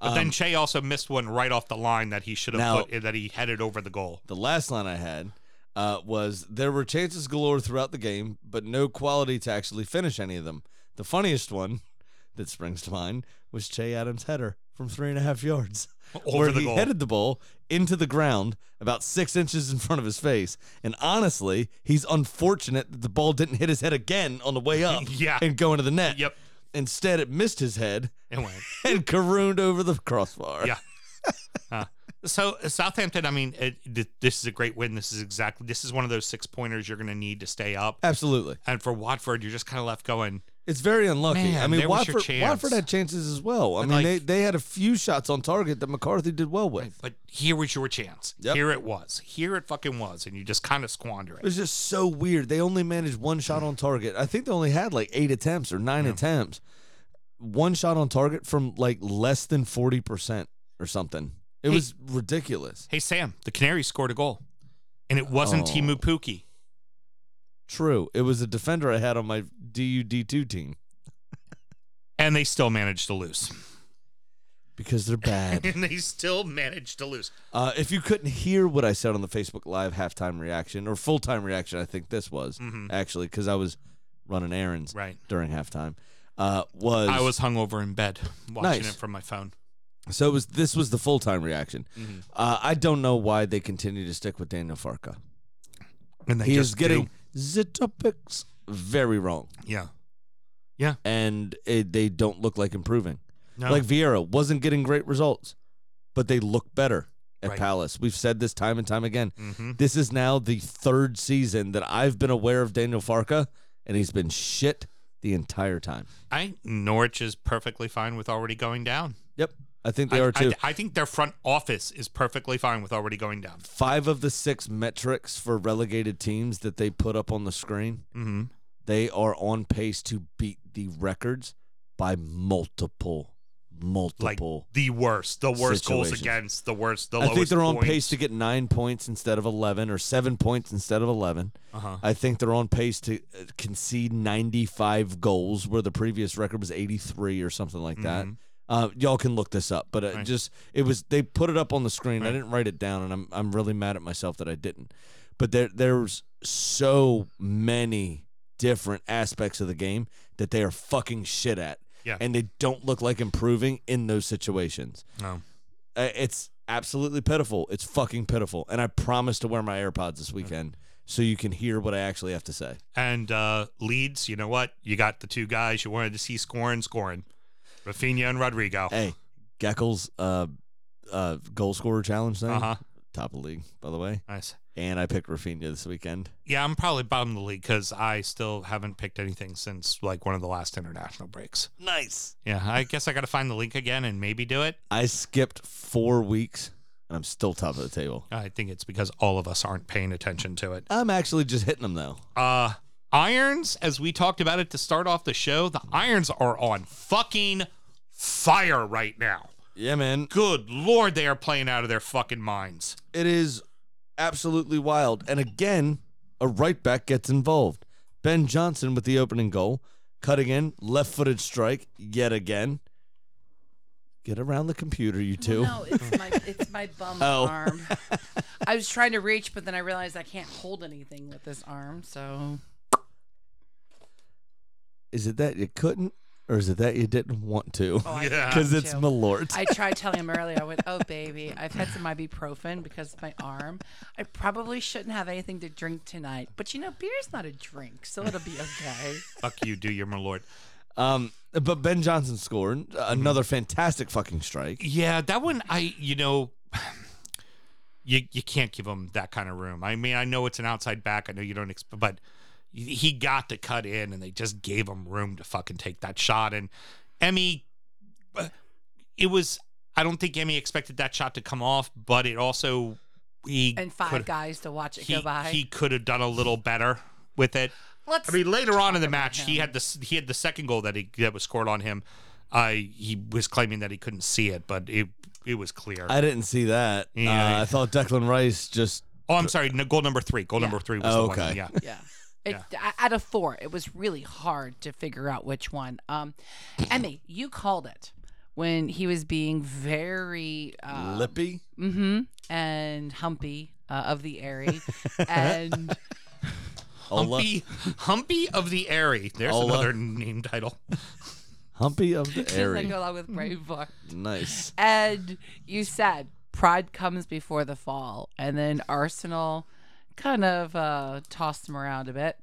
S2: But then Che also missed one right off the line that he should
S3: Um, Now-
S2: have put that he headed over the goal.
S3: the last line I had uh, was there were chances galore throughout the game, but no quality to actually finish any of them. The funniest one [laughs] that springs to mind was Che Adams' header from three and a half yards,
S2: [laughs] Over
S3: where
S2: the
S3: he
S2: goal.
S3: headed the ball into the ground about six inches in front of his face. And honestly, he's unfortunate that the ball didn't hit his head again on
S2: [laughs]
S3: the way up
S2: Yeah.
S3: and go into the net.
S2: Yep.
S3: Instead, it missed his head [laughs]
S2: Anyway,
S3: and carooned over the crossbar.
S2: Yeah. so uh, Southampton. I mean, it, th- this is a great win. This is exactly this is one of those six pointers you're going to need to stay up.
S3: Absolutely.
S2: And for Watford, you're just kind of left going,
S3: It's very unlucky.
S2: Man,
S3: I mean,
S2: there was your
S3: Watford,
S2: chance.
S3: Watford had chances as well. I
S2: And,
S3: mean,
S2: like-
S3: they, they had a few shots on target that McCarthy did well with.
S2: but here was your chance.
S3: Yep.
S2: Here it was. Here it fucking was, and you just kind of squander
S3: It
S2: it.
S3: was just so weird. They only managed one shot on target. I think they only had like eight attempts or nine attempts. One shot on target from like less than 40% or something. It
S2: Hey.
S3: was ridiculous.
S2: Hey Sam, the Canaries scored a goal, and it wasn't
S3: Oh.
S2: Timu Puki.
S3: True. It was a defender I had on my DUD2 team
S2: and they still managed to lose.
S3: because they're
S2: [laughs]
S3: bad.
S2: and they still managed to lose.
S3: uh, if you couldn't hear what I said on the Facebook Live halftime reaction or full time reaction, I think this was
S2: Mhm.
S3: actually because I was running errands.
S2: Right.
S3: during halftime uh, was,
S2: I was hungover in bed watching
S3: Nice.
S2: it from my phone.
S3: so it was this was the full time reaction.
S2: Mm-hmm.
S3: Uh, I don't know why they continue to stick with Daniel Farka.
S2: And they
S3: He
S2: just
S3: is getting
S2: do.
S3: the topics very wrong,
S2: yeah,
S3: and it, they don't look like improving.
S2: no,
S3: Like Vieira wasn't getting great results, but they look better at
S2: Right.
S3: Palace. We've said this time and time again.
S2: hmm
S3: This is now the third season that I've been aware of Daniel Farka, and he's been shit the entire time.
S2: I Norwich is perfectly fine with already going down.
S3: Yep, I think they
S2: I,
S3: are too.
S2: I, I think their front office is perfectly fine with already going down.
S3: five of the six metrics for relegated teams that they put up on the screen,
S2: hmm
S3: they are on pace to beat the records by multiple,
S2: like
S3: multiple.
S2: the worst, the worst goals
S3: situations.
S2: against, the worst, the
S3: I
S2: lowest.
S3: think they're on
S2: points.
S3: pace to get nine points instead of eleven, or seven points instead of eleven.
S2: Uh-huh.
S3: I think they're on pace to uh, concede ninety-five goals, where the previous record was eighty-three or something like that. Uh, y'all can look this up, but uh,
S2: Mm-hmm. Right.
S3: just it was they put it up on the screen. I
S2: Right.
S3: didn't write it down, and I'm I'm really mad at myself that I didn't. But there there's so many different aspects of the game that they are fucking shit at,
S2: Yeah.
S3: and they don't look like improving in those situations.
S2: No.
S3: Uh, It's absolutely pitiful. It's fucking pitiful. And I promise to wear my AirPods this weekend so you can hear what I actually have to [sighs] say.
S2: And uh, Leeds, you know what? You got the two guys you wanted to see scoring, scoring. Rafinha and Rodrigo.
S3: Hey, Geckel's uh, uh, goal scorer challenge thing,
S2: Uh huh.
S3: top of the league, by the way.
S2: Nice.
S3: And I picked Rafinha this weekend.
S2: Yeah, I'm probably bottom of the league because I still haven't picked anything since like one of the last international breaks.
S3: Nice.
S2: Yeah, I guess I got to find the link again and maybe do it.
S3: I skipped four weeks and I'm still top of the table.
S2: I think it's because all of us aren't paying attention to it.
S3: I'm actually just hitting them though.
S2: Uh, irons, as we talked about it to start off the show, the irons are on fucking fire right now.
S3: Yeah, man.
S2: Good lord, they are playing out of their fucking minds.
S3: It is absolutely wild. And again, a right back gets involved. Ben Johnson with the opening goal, cutting in, left footed strike yet again. Get around the computer, you two.
S5: No, it's my it's my bum
S3: [laughs] Oh.
S5: arm. I was trying to reach, but then I realized I can't hold anything with this arm. So
S3: Is it that you couldn't, or is it that you didn't want to?
S5: oh,
S3: [laughs]
S5: I
S2: Yeah.
S5: forgot
S3: Because it's
S5: to.
S3: Malort.
S5: I tried telling him earlier. I went, "Oh, baby, I've had some ibuprofen because of my arm. I probably shouldn't have anything to drink tonight, but you know, beer's not a drink, so it'll
S3: [laughs]
S5: be okay."
S2: Fuck you, do your my lord.
S3: Um, but Ben Johnson scored another fantastic fucking strike.
S2: Yeah, that one I you know [sighs] you you can't give him that kind of room. I mean, I know it's an outside back. I know you don't expect but he got to cut in and they just gave him room to fucking take that shot and Emmy uh, it was I don't think Emmy expected that shot to come off, but it also he
S5: And 5
S2: could-
S5: guys to watch it
S2: he,
S5: go by.
S2: he could have done a little better with it.
S5: Let's
S2: I mean, later on in the
S5: about
S2: match, he
S5: him.
S2: had the he had the second goal that he that was scored on him. I he was claiming that he couldn't see it, but it it was clear.
S3: I didn't see that.
S2: Yeah.
S3: Uh, I thought Declan Rice just
S2: oh, I'm sorry, no, goal number three. Goal number three was
S3: Oh,
S2: the one.
S3: okay.
S2: Yeah,
S5: yeah. It, o- Out of four, it was really hard to figure out which one. Um, Emmy, you called it when he was being very uh,
S3: lippy.
S5: mm-hmm, and humpy uh, of the [laughs] airy, and
S3: Ola-
S2: Humpy Humpy of the Airy. There's
S3: Ola.
S2: another name title.
S3: Humpy of
S5: [laughs]
S3: the
S5: does that
S3: airy.
S5: go along with Braveheart?
S3: Nice.
S5: And you said pride comes before the fall, and then Arsenal kind of uh, tossed him around a bit,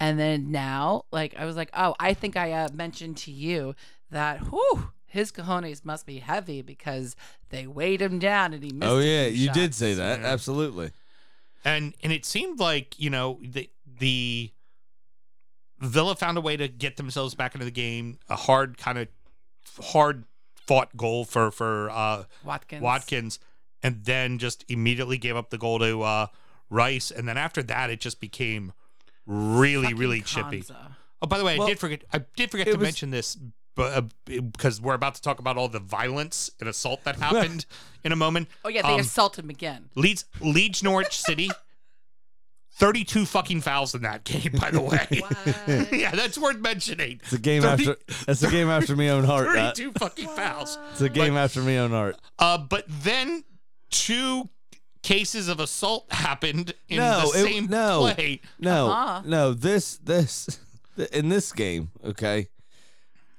S5: and then now, like I was like, oh, I think I uh, mentioned to you that whew, his cojones must be heavy because they weighed him down and he missed.
S3: Oh
S5: a
S3: yeah,
S5: few
S3: you did
S5: shots.
S3: say that. Absolutely.
S2: and and it seemed like you know the the Villa found a way to get themselves back into the game. A hard kind of hard fought goal for for uh,
S5: Watkins.
S2: Watkins, and then just immediately gave up the goal to uh, Rice, and then after that it just became really really chippy.
S5: Konza.
S2: Oh, by the way,
S3: Well,
S2: I did forget. I did forget
S3: it
S2: to
S3: was-
S2: mention this, but uh, because we're about to talk about all the violence and assault that happened in a moment.
S5: Oh yeah, they
S2: Um,
S5: assaulted him again.
S2: Leeds, Leeds, Norwich City. [laughs] 32 fucking fouls in that game, by the
S5: [laughs]
S2: way. [laughs] yeah, that's worth mentioning.
S3: It's a game
S2: 30
S3: after. That's a game after me own heart. uh,
S2: 32 fucking fouls.
S3: it's a game after me own heart.
S2: Uh, but then two cases of assault happened in
S3: No,
S2: the
S3: it-
S2: same
S3: no.
S2: play. [laughs]
S3: No,
S5: Uh-huh.
S3: no. This, this, th- in this game. Okay,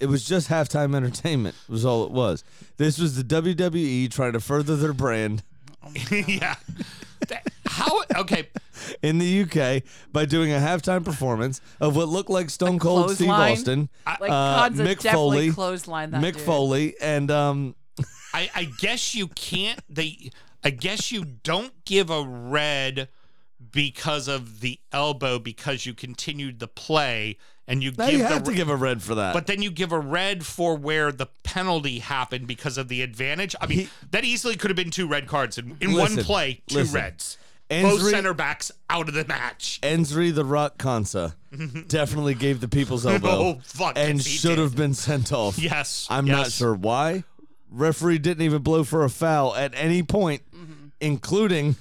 S3: it was just halftime entertainment. Was all it was. This was the WWE trying to further their brand
S2: yeah. That- How? Okay.
S3: in the UK by doing a halftime performance of what looked like Stone Cold Steve
S5: clothesline?
S3: Austin,
S5: Like
S3: uh,
S5: Konza
S3: Mick
S5: definitely
S3: Foley,
S5: clotheslined that
S3: Mick
S5: dude.
S3: Foley, and um,
S2: I, I guess you can't. They. I guess you don't give a red because of the elbow because you continued the play and you
S3: now
S2: give
S3: you
S2: the
S3: have to
S2: re-
S3: give a red for that.
S2: but then you give a red for where the penalty happened because of the advantage. I mean,
S3: He-
S2: that easily could have been two red cards in, in
S3: Listen,
S2: one play, two
S3: listen.
S2: reds.
S3: And
S2: Both
S3: three-
S2: center backs out of the match.
S3: Enzri the Rock Kansa
S2: [laughs]
S3: definitely gave the people's elbow
S2: Oh, fuck,
S3: and
S2: yes, he
S3: should
S2: did.
S3: have been sent off.
S2: Yes,
S3: I'm not
S2: yes.
S3: sure why. Referee didn't even blow for a foul at any point, including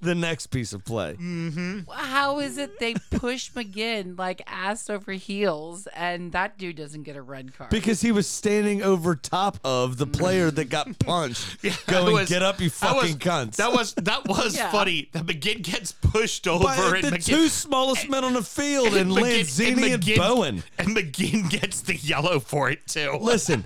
S3: the next piece of play.
S2: Mm.
S5: How is it they push McGinn like ass over heels and that dude doesn't get a red card?
S3: Because he was standing over top of the player
S2: [laughs]
S3: that got punched, going,
S2: [laughs] Mm. That was-
S3: "Get up, you
S2: that was-
S3: fucking cunts!"
S2: That was that was
S5: Yeah.
S2: funny. That McGinn gets pushed over
S3: By
S2: and
S3: the
S2: McGinn,
S3: two smallest men on the
S2: [laughs]
S3: field, and, Lanzini and,
S2: McGinn-
S3: Bowen.
S2: and McGinn gets the yellow for it too.
S3: Listen,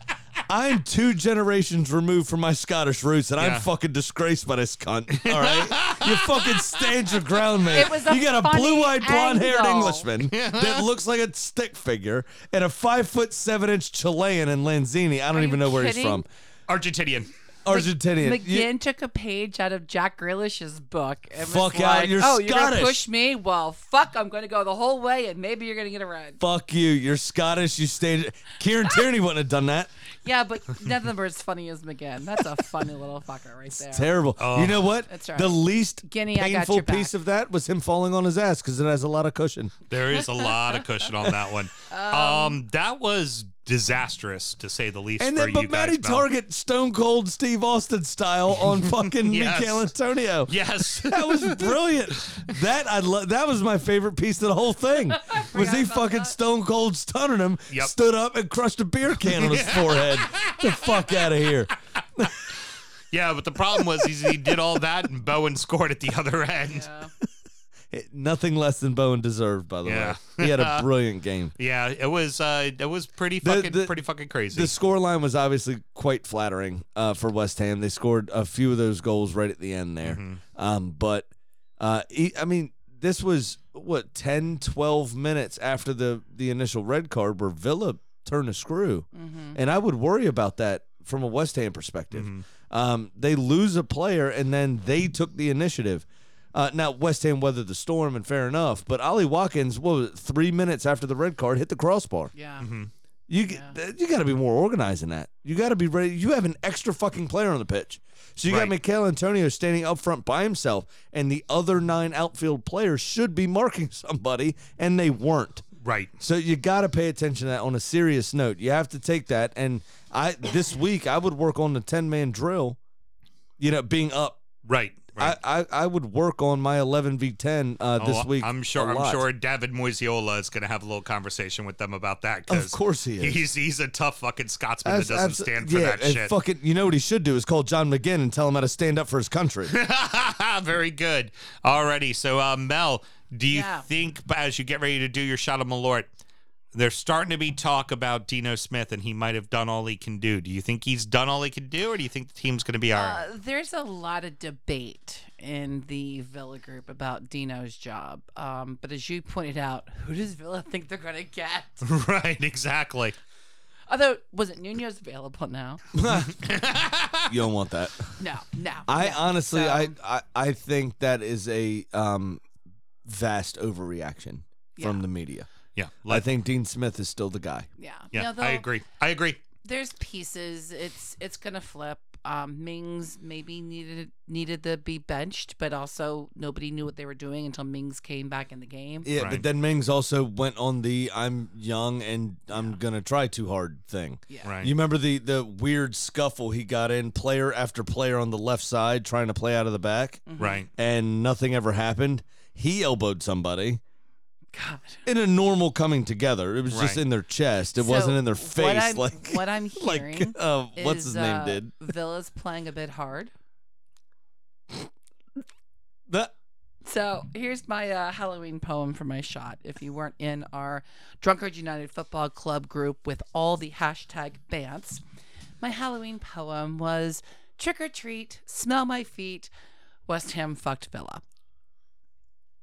S3: I'm two generations removed from my Scottish roots, and
S2: Yeah.
S3: I'm fucking disgraced by this cunt. All right, you fucking stand your ground, man.
S5: It was a
S3: you got a
S5: funny
S3: blue-eyed, blonde-haired
S5: angle.
S3: Englishman that looks like a stick figure, and a five foot seven inch Chilean and Lanzini. I don't
S5: Are
S3: even
S5: you
S3: know where he's
S5: kidding?
S3: from.
S2: Argentinian.
S3: Argentinian.
S5: McGinn
S3: You-
S5: took a page out of Jack Grealish's book. And was
S3: Fuck out,
S5: like,
S3: you're
S5: oh, you're gonna
S3: Scottish."
S5: push me? Well, fuck, I'm gonna go the whole way, and maybe you're gonna get a red.
S3: Fuck you. You're Scottish. You stayed. Kieran Tierney wouldn't have done that.
S5: Yeah, but
S3: [laughs]
S5: none of them are as funny as McGinn. That's a funny little fucker right there.
S3: Terrible. You know what?
S5: That's right.
S3: The least
S5: Guinea, I got
S3: painful
S5: your back.
S3: piece of that was him falling on his ass because it has a lot of cushion.
S2: There is a lot of cushion on that one. [laughs] Um, that was disastrous to say the least.
S3: And
S2: for
S3: then, but
S2: you
S3: Matty
S2: guys, Mel.
S3: Target, Stone Cold Steve Austin style
S2: [laughs]
S3: on fucking
S2: Yes.
S3: Miguel Antonio.
S2: Yes. [laughs]
S3: That was brilliant. that I lo- that was my favorite piece of the whole thing. Was he fucking Stone Cold stunning him,
S2: Yep.
S3: stood up and crushed a beer can on his
S2: [laughs]
S3: forehead. the fuck out of here.
S2: yeah, but the problem was he's, he did all that and Bowen scored at the other end. Yeah.
S5: Yeah.
S3: It- nothing less than Bowen deserved, by the
S2: Yeah.
S3: way. He
S2: [laughs]
S3: had a brilliant game.
S2: it was uh, it was pretty
S3: The-
S2: fucking
S3: the-
S2: pretty fucking crazy.
S3: The scoreline was obviously quite flattering uh, for West Ham. They scored a few of those goals right at the end there. Um, but, uh, e- I mean, this was, what, 10, 12 minutes after the, the initial red card where Villa turned a screw. And I would worry about that from a West Ham perspective. Um, they lose a player and then they took the initiative. Uh, now, West Ham weathered the storm, and fair enough. But Ollie Watkins, what was it, three minutes after the red card, hit the crossbar. [laughs]
S5: Yeah.
S3: You g th- you got to be more organized than that. You got to be ready. You have an extra fucking player on the pitch. So you
S2: Right.
S3: got Mikel Antonio standing up front by himself, and the other nine outfield players should be marking [laughs] somebody, and they weren't.
S2: right.
S3: So you got to pay attention to that on a serious note. You have to take that. And I this week I would work on the ten man drill. You know, being up.
S2: Right. Right.
S3: I, I, I would work on my 11 v 10 uh, this
S2: Oh,
S3: week.
S2: I'm
S3: a
S2: sure. I'm
S3: lot.
S2: sure David Moisiola is going to have a little conversation with them about that.
S3: Of
S2: 'cause
S3: course he is.
S2: He's he's a tough fucking Scotsman
S3: Abs-
S2: that doesn't
S3: abs-
S2: stand for
S3: yeah,
S2: that
S3: and
S2: shit.
S3: Fucking, you know what he should do is call John McGinn and tell him how to stand up for
S2: [laughs]
S3: his country.
S2: Very good. Alrighty. So uh, Mel, do you
S5: Yeah.
S2: think as you get ready to do your shot of Malort, there's starting to be talk about Dino Smith and he might have done all he can do. Do you think he's done all he can do, or do you think the team's going to be all right?
S5: Uh, there's a lot of debate in the Villa group about Dino's job. Um, but as you pointed out, who does Villa think they're going to get?
S2: [laughs] right. Exactly.
S5: Although, wasn't Nuno's available now?
S3: you don't want that.
S5: No, no.
S3: [laughs] I
S5: no.
S3: honestly,
S5: So-
S3: I, I, I think that is a um, vast overreaction from
S5: Yeah.
S3: the media.
S2: Yeah.
S3: I
S2: Let-
S3: think Dean Smith is still the guy.
S5: Yeah.
S2: yeah.
S5: No,
S2: I
S5: though-
S2: agree. I agree.
S5: there's pieces. It's it's gonna flip. Um, Mings maybe needed needed to be benched, but also nobody knew what they were doing until Mings came back in the game.
S3: Yeah,
S2: Right.
S3: but then Mings also went on the "I'm young and I'm gonna try too hard" thing.
S5: Yeah.
S2: Right.
S3: You remember the the weird scuffle he got in, player after player on the left side trying to play out of the back,
S2: Right. [laughs]
S3: and nothing ever happened. He elbowed somebody.
S5: God.
S3: in a normal coming together. It was just
S2: Right.
S3: in their chest. It
S5: So
S3: wasn't in their
S5: what
S3: face. [laughs]
S5: I'm-
S3: like
S5: what I'm
S3: like
S5: hearing
S3: uh, what's his
S5: Is,
S3: name
S5: uh,
S3: did.
S5: Villa's playing a bit hard.
S3: That,
S5: So here's my uh, Halloween poem for my shot. If you weren't in our Drunkard United Football Club group with all the hashtag bants, my Halloween poem was Trick or Treat, Smell My Feet, West Ham Fucked Villa.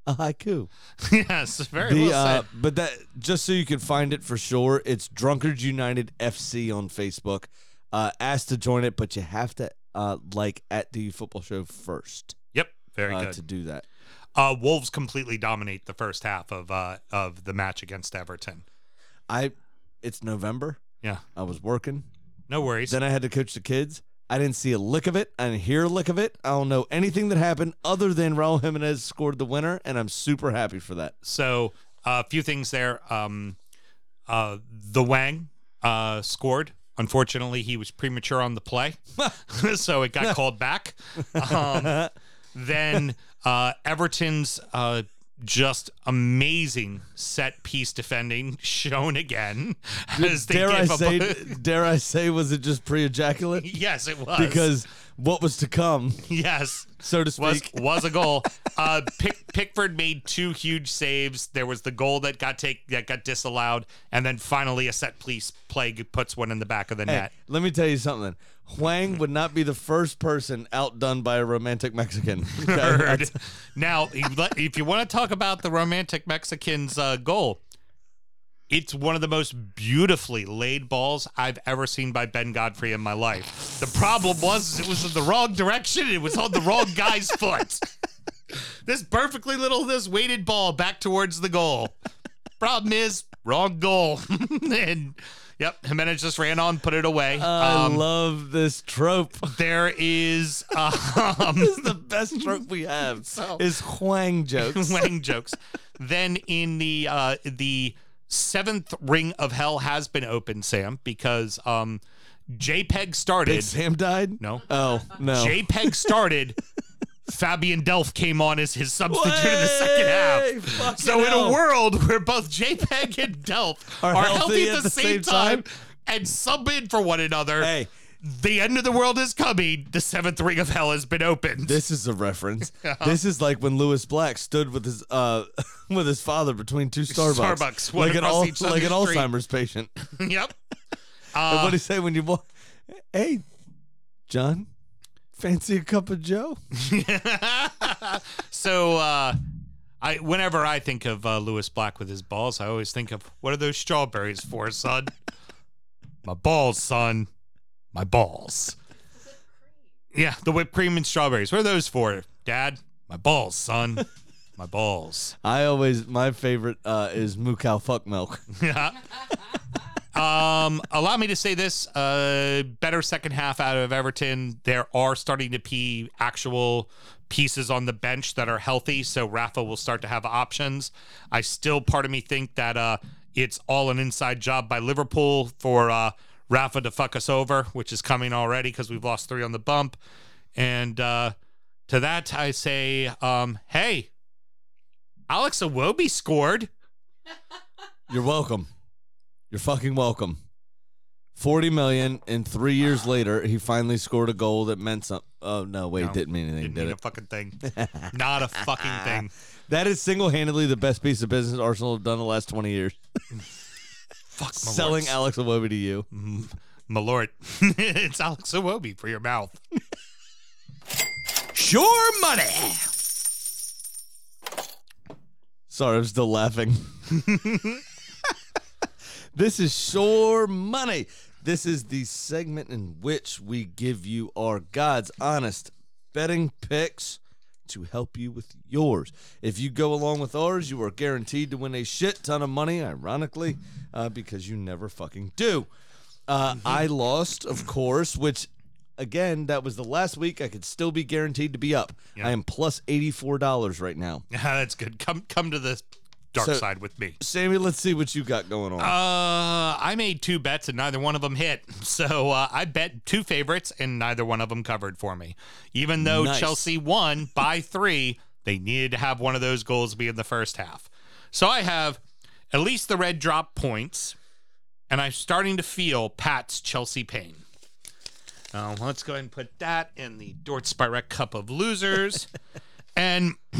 S3: a haiku.
S2: yes. Very
S3: The,
S2: well said.
S3: uh, but that just so you can find it for sure, it's Drunkards United FC on Facebook. Uh, asked to join it, but you have to uh, like at the football show first
S2: yep. Very
S3: uh,
S2: good.
S3: to do that.
S2: Uh, Wolves completely dominate the first half of uh, of the match against Everton.
S3: I it's November.
S2: Yeah,
S3: I was working.
S2: no worries.
S3: Then I had to coach the kids. I didn't see a lick of it. I didn't hear a lick of it. I don't know anything that happened other than Raul Jimenez scored the winner, and I'm super happy for that.
S2: so a few things there. Um, uh, the Wang uh, scored Unfortunately, he was premature on the play, [laughs] so it
S3: [laughs]
S2: got called back. Um, then uh, Everton's uh, just amazing set piece defending shown again. As they
S3: Dare I
S2: gave up-
S3: say? [laughs] dare I say? Was it just [laughs]
S2: [laughs]
S3: pre-ejaculate?
S2: yes, it was
S3: Because what was to come, [laughs]
S2: yes,
S3: so to
S2: was
S3: [laughs] speak.
S2: was a goal. Uh, Pick, Pickford made two huge saves. There was the goal that got take that got disallowed, and then finally a set piece play puts one in the back of the
S3: Hey,
S2: net.
S3: let me tell you something. Huang would not be the first person outdone by a romantic Mexican. [laughs] Okay,
S2: Bird.
S3: that's-
S2: Now, if le- if you want to talk about the romantic Mexicans' uh, goal, it's one of the most beautifully laid balls I've ever seen by Ben Godfrey in my life. The problem was it was in the wrong direction. It was on the wrong
S3: [laughs]
S2: guy's foot. This perfectly little this weighted ball back towards the goal. Problem is wrong goal, [laughs] and yep, Jimenez just ran on, put it away.
S3: I
S2: um,
S3: love this trope.
S2: there is [laughs] um,
S3: This is [laughs] the best trope we [laughs] have. Is [laughs]
S2: [laughs]
S3: Huang jokes.
S2: Wang jokes. Then in the uh, the seventh ring of hell has been opened, Sam, because um, JPEG
S3: Big
S2: started.
S3: Sam died.
S2: No.
S3: Oh no.
S2: JPEG started. Fabian Delph came on as his substitute in the second half.
S3: half.
S2: So in a world where both JPEG and Delph are, healthy, at the, same, time, and sub in for one another,
S3: Hey.
S2: the end of the world is coming. The seventh ring of hell has been opened.
S3: [laughs] This is a reference. This is like when Lewis Black stood with his uh [laughs] with his father between two Starbucks.
S2: Starbucks, one
S3: like an
S2: across
S3: al-
S2: each
S3: like an
S2: other's street. Uh.
S3: Alzheimer's patient.
S2: [laughs]
S3: [laughs]
S2: yep.
S3: And
S2: Uh,
S3: what do you say when you walk? Hey, John, fancy a cup of Joe?
S2: [laughs] so uh I whenever I think of uh, Lewis Black with his balls, I always think of what are those strawberries for, son? My balls, son. My balls. Yeah, the whipped cream and strawberries. What are those for, Dad? My balls, son. My balls.
S3: I always my favorite uh, is moo cow fuck milk. [laughs]
S2: Yeah. [laughs] Um, allow me to say this: uh, better second half out of Everton. There are starting to be actual pieces on the bench that are healthy, so Rafa will start to have options. I still, part of me, think that uh, it's all an inside job by Liverpool for uh, Rafa to fuck us over, which is coming already because we've lost three on the bump. And uh, to that, I say, um, hey, Alex Awobi scored.
S3: You're welcome. You're fucking welcome. Forty million, and three years later, he finally scored a goal that meant something. Oh no, wait,
S2: No,
S3: didn't mean anything,
S2: Didn't
S3: did
S2: mean
S3: it?
S2: a fucking
S3: [laughs]
S2: thing. Not a fucking thing.
S3: That is single-handedly the best piece of business Arsenal have done the last twenty years.
S2: Fuck my
S3: Selling
S2: Alex
S3: Alex Iwobi to you.
S2: my lord. [laughs] it's Alex Awobi for your mouth.
S3: [laughs]
S6: Sure money.
S2: [laughs]
S3: Sorry, I'm still laughing. [laughs] this is sure money. This is the segment in which we give you our God's honest betting picks to help you with yours. If you go along with ours, you are guaranteed to win a shit ton of money, ironically, uh, because you never fucking do. Uh, I lost, of course, which again, that was the last week I could still be guaranteed to be up. I am plus $84 right now.
S2: Ah, That's good. Come come to the dark
S3: So-
S2: side with me.
S3: Sammy, let's see what you got going on.
S2: Uh, I made two bets and neither one of them hit. [laughs] So uh, I bet two favorites and neither one of them covered for me. Even though
S3: Nice.
S2: Chelsea won by three, they needed to have one of those goals be in the first half. So I have at least the red drop points, and I'm starting to feel Pat's Chelsea pain. Uh, let's go ahead and put that in the Dort Spirek Cup of Losers. and [clears throat]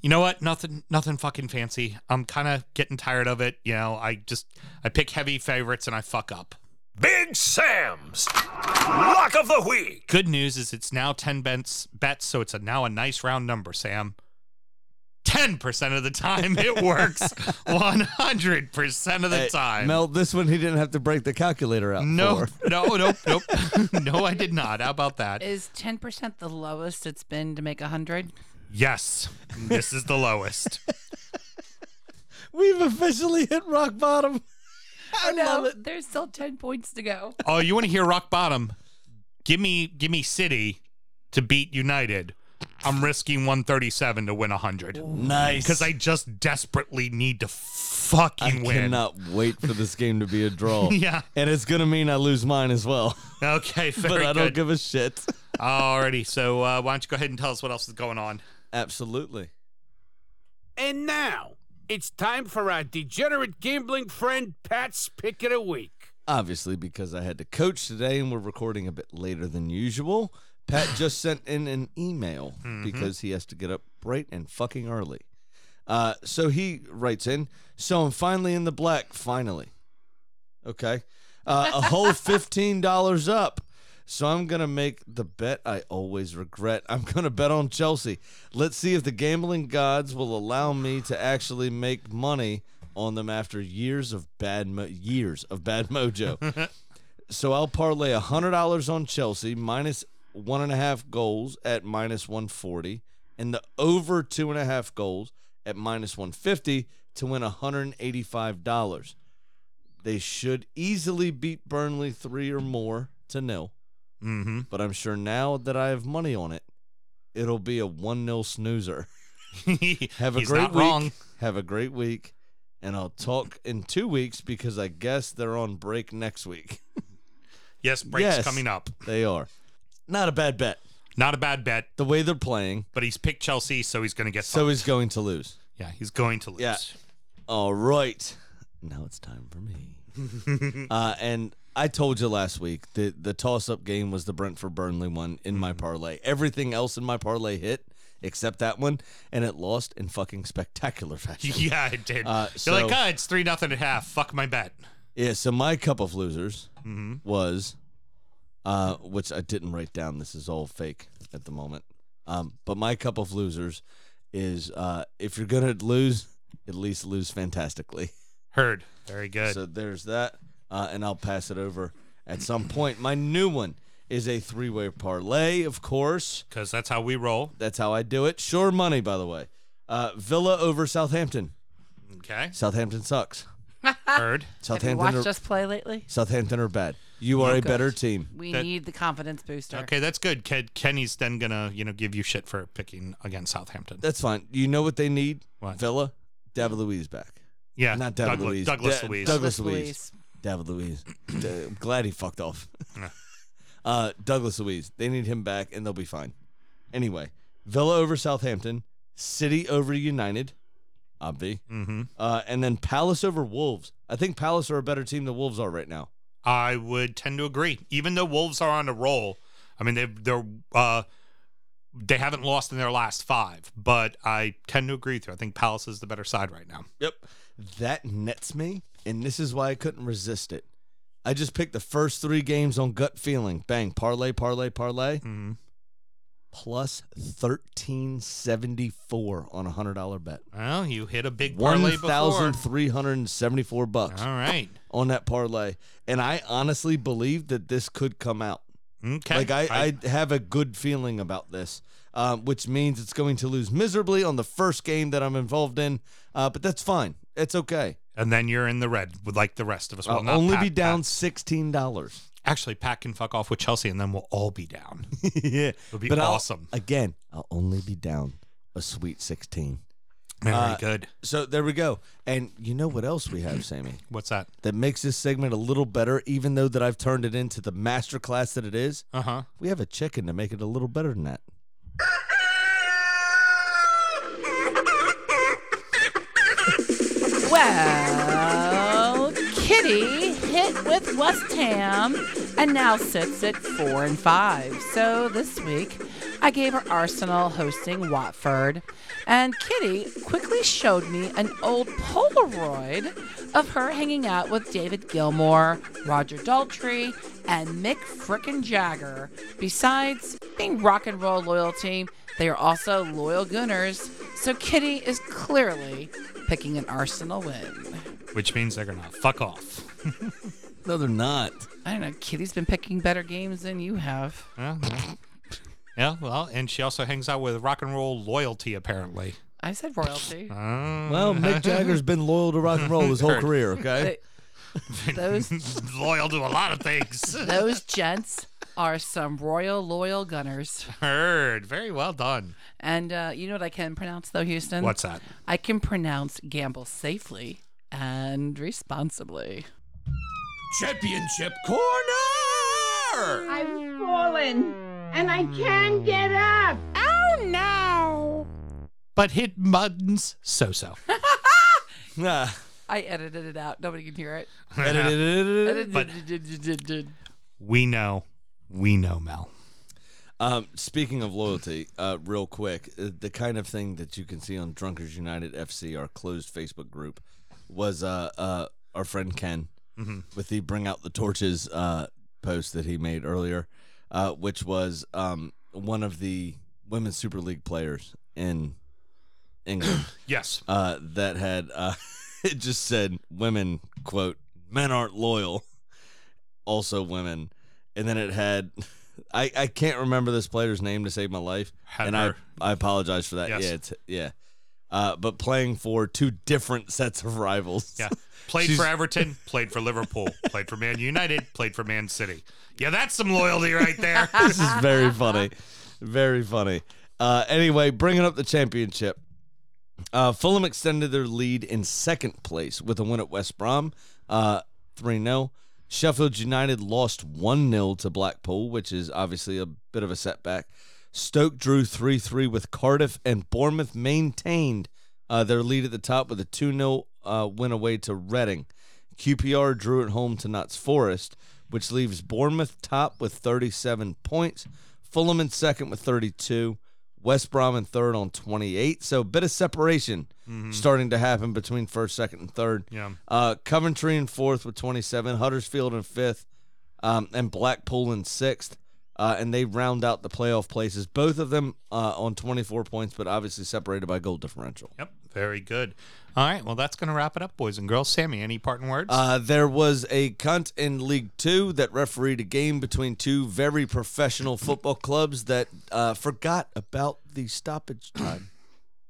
S2: you know what? Nothing, nothing fucking fancy. I'm kind of getting tired of it. You know, I just I pick heavy favorites and I fuck up.
S6: Big Sam's Lock of the
S2: [laughs]
S6: Week.
S2: Good news is it's now ten bets, bets, so it's a, now a nice round number, Sam. Ten percent of the time it works. One hundred percent of the
S3: Hey,
S2: time.
S3: Mel, this one he didn't have to break the calculator out.
S2: no, [laughs]
S3: for.
S2: no, no,
S3: [laughs]
S2: nope. no, I did not. How about that?
S5: Is 10% the lowest it's been to make 100?
S2: Yes, this is the lowest.
S3: we've officially hit rock bottom.
S5: I
S3: love
S5: know.
S3: it.
S5: There's still 10 points to go.
S2: Oh, you want to hear rock bottom? Give me, give me City to beat United. I'm risking 137 to win 100
S3: Nice.
S2: because I just desperately need to fucking win.
S3: cannot wait for this game to be a
S2: [laughs]
S3: draw.
S2: Yeah.
S3: And it's going to mean I lose mine as well.
S2: Okay, very
S3: but I don't
S2: good.
S3: give a shit.
S2: Alrighty, so uh, why don't you go ahead and tell us what else is going on?
S3: Absolutely.
S7: And now it's time for our degenerate gambling friend Pat's pick of the week.
S3: Obviously, because I had to coach today and we're recording a bit later than usual.
S7: [laughs]
S3: Pat just sent in an email
S7: Mm-hmm.
S3: because he has to get up bright and fucking early. Uh, so he writes in, so I'm finally in the black, finally. Okay. Uh,
S7: [laughs]
S3: a whole $15 up. So I'm going to make the bet I always regret. I'm going to bet on Chelsea. Let's see if the gambling gods will allow me to actually make money on them after years of bad mo- years of bad [laughs] mojo. so I'll parlay $100 on Chelsea minus one and a half goals at minus 140 and the over two and a half goals at minus 150 to win $185 they should easily beat Burnley three or more to nil.
S2: Mm-hmm. [laughs]
S3: But I'm sure now that I have money on it, it'll be a one nil snoozer. [laughs] Have a
S2: He's
S3: great
S2: not
S3: week.
S2: wrong.
S3: Have a great week, and I'll talk in two weeks because I guess they're on break next week. [laughs]
S2: Yes, break's
S3: Yes.
S2: coming up.
S3: They are. Not a bad bet.
S2: Not a bad bet,
S3: The way they're playing,
S2: but he's picked Chelsea, so he's going to get.
S3: so
S2: So
S3: he's going to lose.
S2: yeah, he's going to lose.
S3: Yeah. All right. Now it's time for me.
S2: [laughs]
S3: uh, and I told you last week that the toss up game was the Brentford Burnley one in
S2: Mm-hmm.
S3: my parlay. Everything else in my parlay hit except that one, and it lost in
S2: [laughs]
S3: fucking spectacular fashion.
S2: [laughs] Yeah, it did.
S3: Uh,
S2: You're
S3: so-
S2: like, ah, it's three nothing at half. Fuck my bet.
S3: Yeah, so my cup of losers was, uh, which I didn't write down. This is all fake at the moment. Um, but my cup of losers is uh, if you're going to lose, at least lose fantastically.
S2: Heard. Very good.
S3: So there's that, uh, and I'll pass it over at some point. My new one is a three-way parlay, of course.
S2: Because that's how we roll.
S3: That's how I do it. Sure money, by the way. Uh, Villa over Southampton.
S2: Okay.
S3: Southampton sucks.
S2: Heard.
S5: Have you
S3: Southampton.
S5: watched
S3: are,
S5: us play lately?
S3: Southampton are bad. You are a better team.
S5: We
S2: That-
S5: need the confidence booster.
S2: Okay, that's good. Ken, Kenny's then gonna you know give you shit for picking against Southampton.
S3: That's fine. You know what they need?
S2: What?
S3: Villa, David Luiz back.
S2: yeah,
S3: Not David
S2: Douglas,
S3: Luiz.
S2: Douglas
S3: Da-
S2: Luiz.
S3: Douglas
S5: Douglas
S3: Luiz.
S5: Luiz.
S3: David Luiz. D- I'm glad he fucked off. [laughs] uh, Douglas Luiz. They need him back, and they'll be fine. Anyway, Villa over Southampton, City over United, obvi,
S2: mm-hmm.
S3: uh, and then Palace over Wolves. I think Palace are a better team than Wolves are right now.
S2: I would tend to agree. Even though Wolves are on a roll, I mean they they're uh, they haven't lost in their last five, but I tend to agree with you. I think Palace is the better side right now.
S3: Yep. That nets me, and this is why I couldn't resist it. I just picked the first three games on gut feeling. Bang, parlay, parlay, parlay.
S2: Mhm.
S3: Plus 1374 on a $100 bet.
S2: Well, you hit a big parlay before. Uh-huh.
S3: 1,374 bucks
S2: All right.
S3: on that parlay. And I honestly believe that this could come out.
S2: Okay.
S3: Like, I, I have a good feeling about this, um, which means it's going to lose miserably on the first game that I'm involved in. Uh, but that's fine. It's okay.
S2: and then you're in the red with like the rest of us. Well,
S3: I'll
S2: not
S3: only
S2: Pat.
S3: be down
S2: Pat-
S3: sixteen dollars. [laughs]
S2: Actually, Pat can fuck off with Chelsea, and then we'll all be down. [laughs]
S3: yeah,
S2: It'll be
S3: But I'll-
S2: awesome.
S3: again, I'll only be down a sweet sixteen.
S2: Very
S3: uh,
S2: good.
S3: So there we go. And you know what else we have, Sammy?
S2: What's that?
S3: That makes this segment a little better, even though that I've turned it into the masterclass that it is.
S2: Uh huh.
S3: We have a chicken to make it a little better than that.
S5: Well, Kitty hit with West Ham and now sits at four and five. So this week, I gave her Arsenal hosting Watford, and Kitty quickly showed me an old Polaroid of her hanging out with David Gilmour, Roger Daltrey, and Mick Frickin' Jagger. Besides being rock and roll loyalty, they are also loyal Gunners. So Kitty is clearly picking an Arsenal win.
S2: Which means they're gonna fuck off.
S3: No, they're not.
S5: I don't know. Kitty's been picking better games than you have.
S2: Yeah, yeah. Yeah, well, and she also hangs out with rock and roll loyalty, apparently.
S5: I said royalty.
S2: Uh-huh.
S3: Well, Mick Jagger's been loyal to rock and roll
S2: [laughs]
S3: his whole career. Okay. [laughs]
S5: They- those
S2: Loyal to a lot of things.
S5: those gents are some royal loyal gunners.
S2: [laughs] Heard. Very well done.
S5: And uh, you know what I can pronounce though, Houston?
S2: What's that?
S5: I can pronounce gamble safely and responsibly.
S2: Championship corner.
S8: I've fallen and I can't get up.
S5: Oh no!
S2: But hit Muddins so
S3: [laughs]
S2: so.
S3: Nah.
S5: I edited it out. Nobody can hear it.
S2: but
S5: [laughs]
S2: we know. We know, Mel.
S3: Um, speaking of loyalty, uh, real quick, uh, the kind of thing that you can see on Drunkards United FC, our closed Facebook group, was uh, uh, our friend Ken with the "Bring Out the Torches" uh, post that he made earlier, uh, which was um, one of the women's Super League players in England
S2: Yes.
S3: uh, that had uh, [laughs] it just said women quote men aren't loyal also women and then it had [laughs] I, I can't remember this player's name to save my life and I,
S2: Hadmer.
S3: I apologize for that
S2: Yes.
S3: yeah it's, yeah uh, but playing for two different sets of rivals [laughs]
S2: Yeah. Played
S3: She's-
S2: for Everton, played for Liverpool, played for Man United, played for Man City. Yeah, that's some loyalty right [laughs] there.
S3: [laughs] this is very funny. Very funny. Uh, anyway, bringing up the championship. Uh, Fulham extended their lead in second place with a win at West Brom, 3 0. Sheffield United lost 1 0 to Blackpool, which is obviously a bit of a setback. Stoke drew 3 3 with Cardiff, and Bournemouth maintained uh, their lead at the top with a 2 0 uh, win away to Reading. QPR drew at home to Notts Forest, which leaves Bournemouth top with 37 points, Fulham in second with 32, West Brom in third on 28. So a bit of separation starting to happen between first, second, and third.
S2: Yeah.
S3: Uh, Coventry in fourth with 27, Huddersfield in fifth, um, and Blackpool in sixth. Uh, and they round out the playoff places, both of them uh, on 24 points, but obviously separated by goal differential.
S2: Yep. Very good. All right. Well, that's going to wrap it up, boys and girls. Sammy, any parting words?
S3: Uh, there was a cunt in League Two that refereed a game between two very professional football clubs that uh, forgot about the stoppage time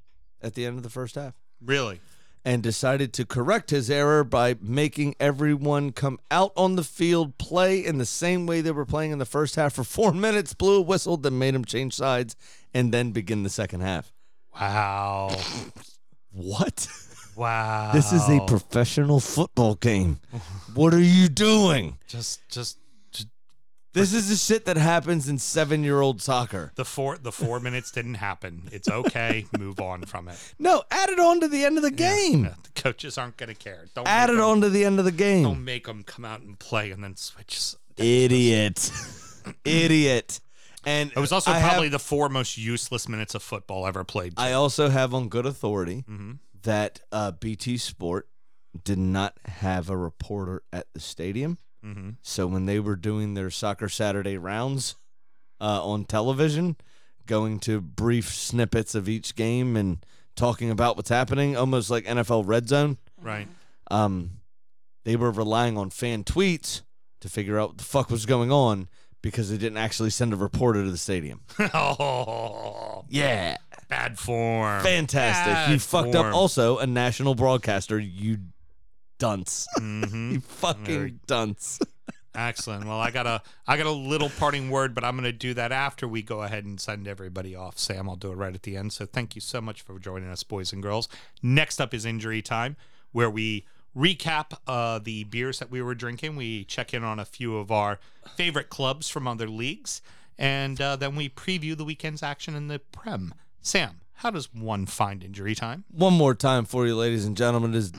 S3: [clears throat] at the end of the first half
S2: really?
S3: and decided to correct his error by making everyone come out on the field play in the same way they were playing in the first half for four [laughs] minutes, blew a whistle that made him change sides, and then begin the second half.
S2: Wow.
S3: [laughs] What? [laughs]
S2: Wow.
S3: This is a professional football game. What are you doing?
S2: just just
S3: This is the shit that happens in seven year old soccer.
S2: the four the four minutes didn't happen. It's okay. Move on from it.
S3: No, add it on to the end of the game.
S2: Yeah, the coaches aren't going to care. Don't
S3: Add
S2: make
S3: it
S2: 'em-
S3: on to the end of the
S2: Don't
S3: game.
S2: make them come out and play and then switch.
S3: Idiot. Idiot. And
S2: It was also
S3: I have-
S2: probably the four most useless minutes of football ever played. Mm-hmm.
S3: I also have on good authority that uh, BT Sport did not have a reporter at the stadium. So when they were doing their Soccer Saturday rounds uh, on television, going to brief snippets of each game and talking about what's happening, almost like NFL Red Zone,
S2: right. [laughs]
S3: um, they were relying on fan tweets to figure out what the fuck was going on because they didn't actually send a reporter to the stadium.
S2: oh,
S3: Yeah.
S2: bad form.
S3: Fantastic. you
S2: Bad
S3: fucked
S2: form.
S3: up also a national broadcaster, you dunce.
S2: Mhm.
S3: you fucking dunce.
S2: Excellent. Well, I got a I got a little parting word, but I'm going to do that after we go ahead and send everybody off. Sam, I'll do it right at the end. So thank you so much for joining us, boys and girls. Next up is injury time, where we recap uh, the beers that we were drinking. We check in on a few of our favorite clubs from other leagues, and uh, then we preview the weekend's action in the Prem. Sam, how does one find injury time?
S3: One more time for you, ladies and gentlemen, is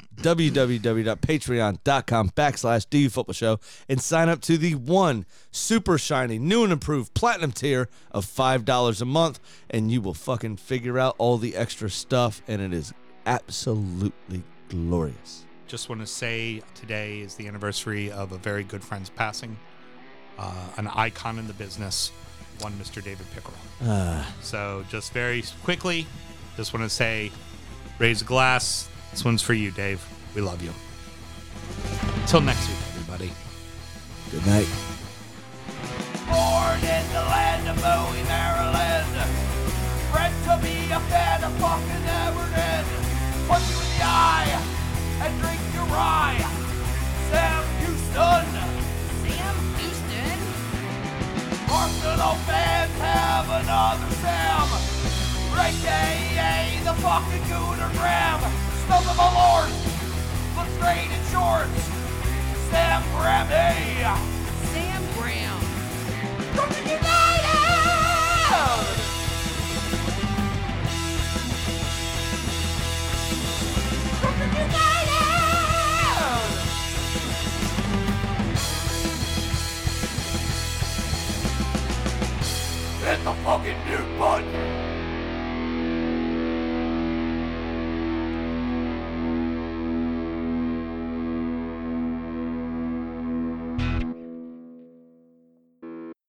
S3: www.patreon.com backslash DU Football Show and sign up to the one super shiny, new and improved platinum tier of $5 a month, and you will fucking figure out all the extra stuff, and it is absolutely glorious.
S2: just want to say today is the anniversary of a very good friend's passing, uh, an icon in the business, one Mr. David Pickerel. So, just very quickly, just want to say, raise a glass. This one's for you, Dave. We love you. Till next week, everybody.
S3: Good night.
S4: Born in the land of Bowie, Maryland. Bred to be a fan of fucking Everton. Punch you in the eye and drink your rye. Sam Houston.
S5: Sam Houston.
S4: Arsenal fans have another Sam. Great day, the fucking Gooner Graham. Stop them, my lord. Put straight insurance.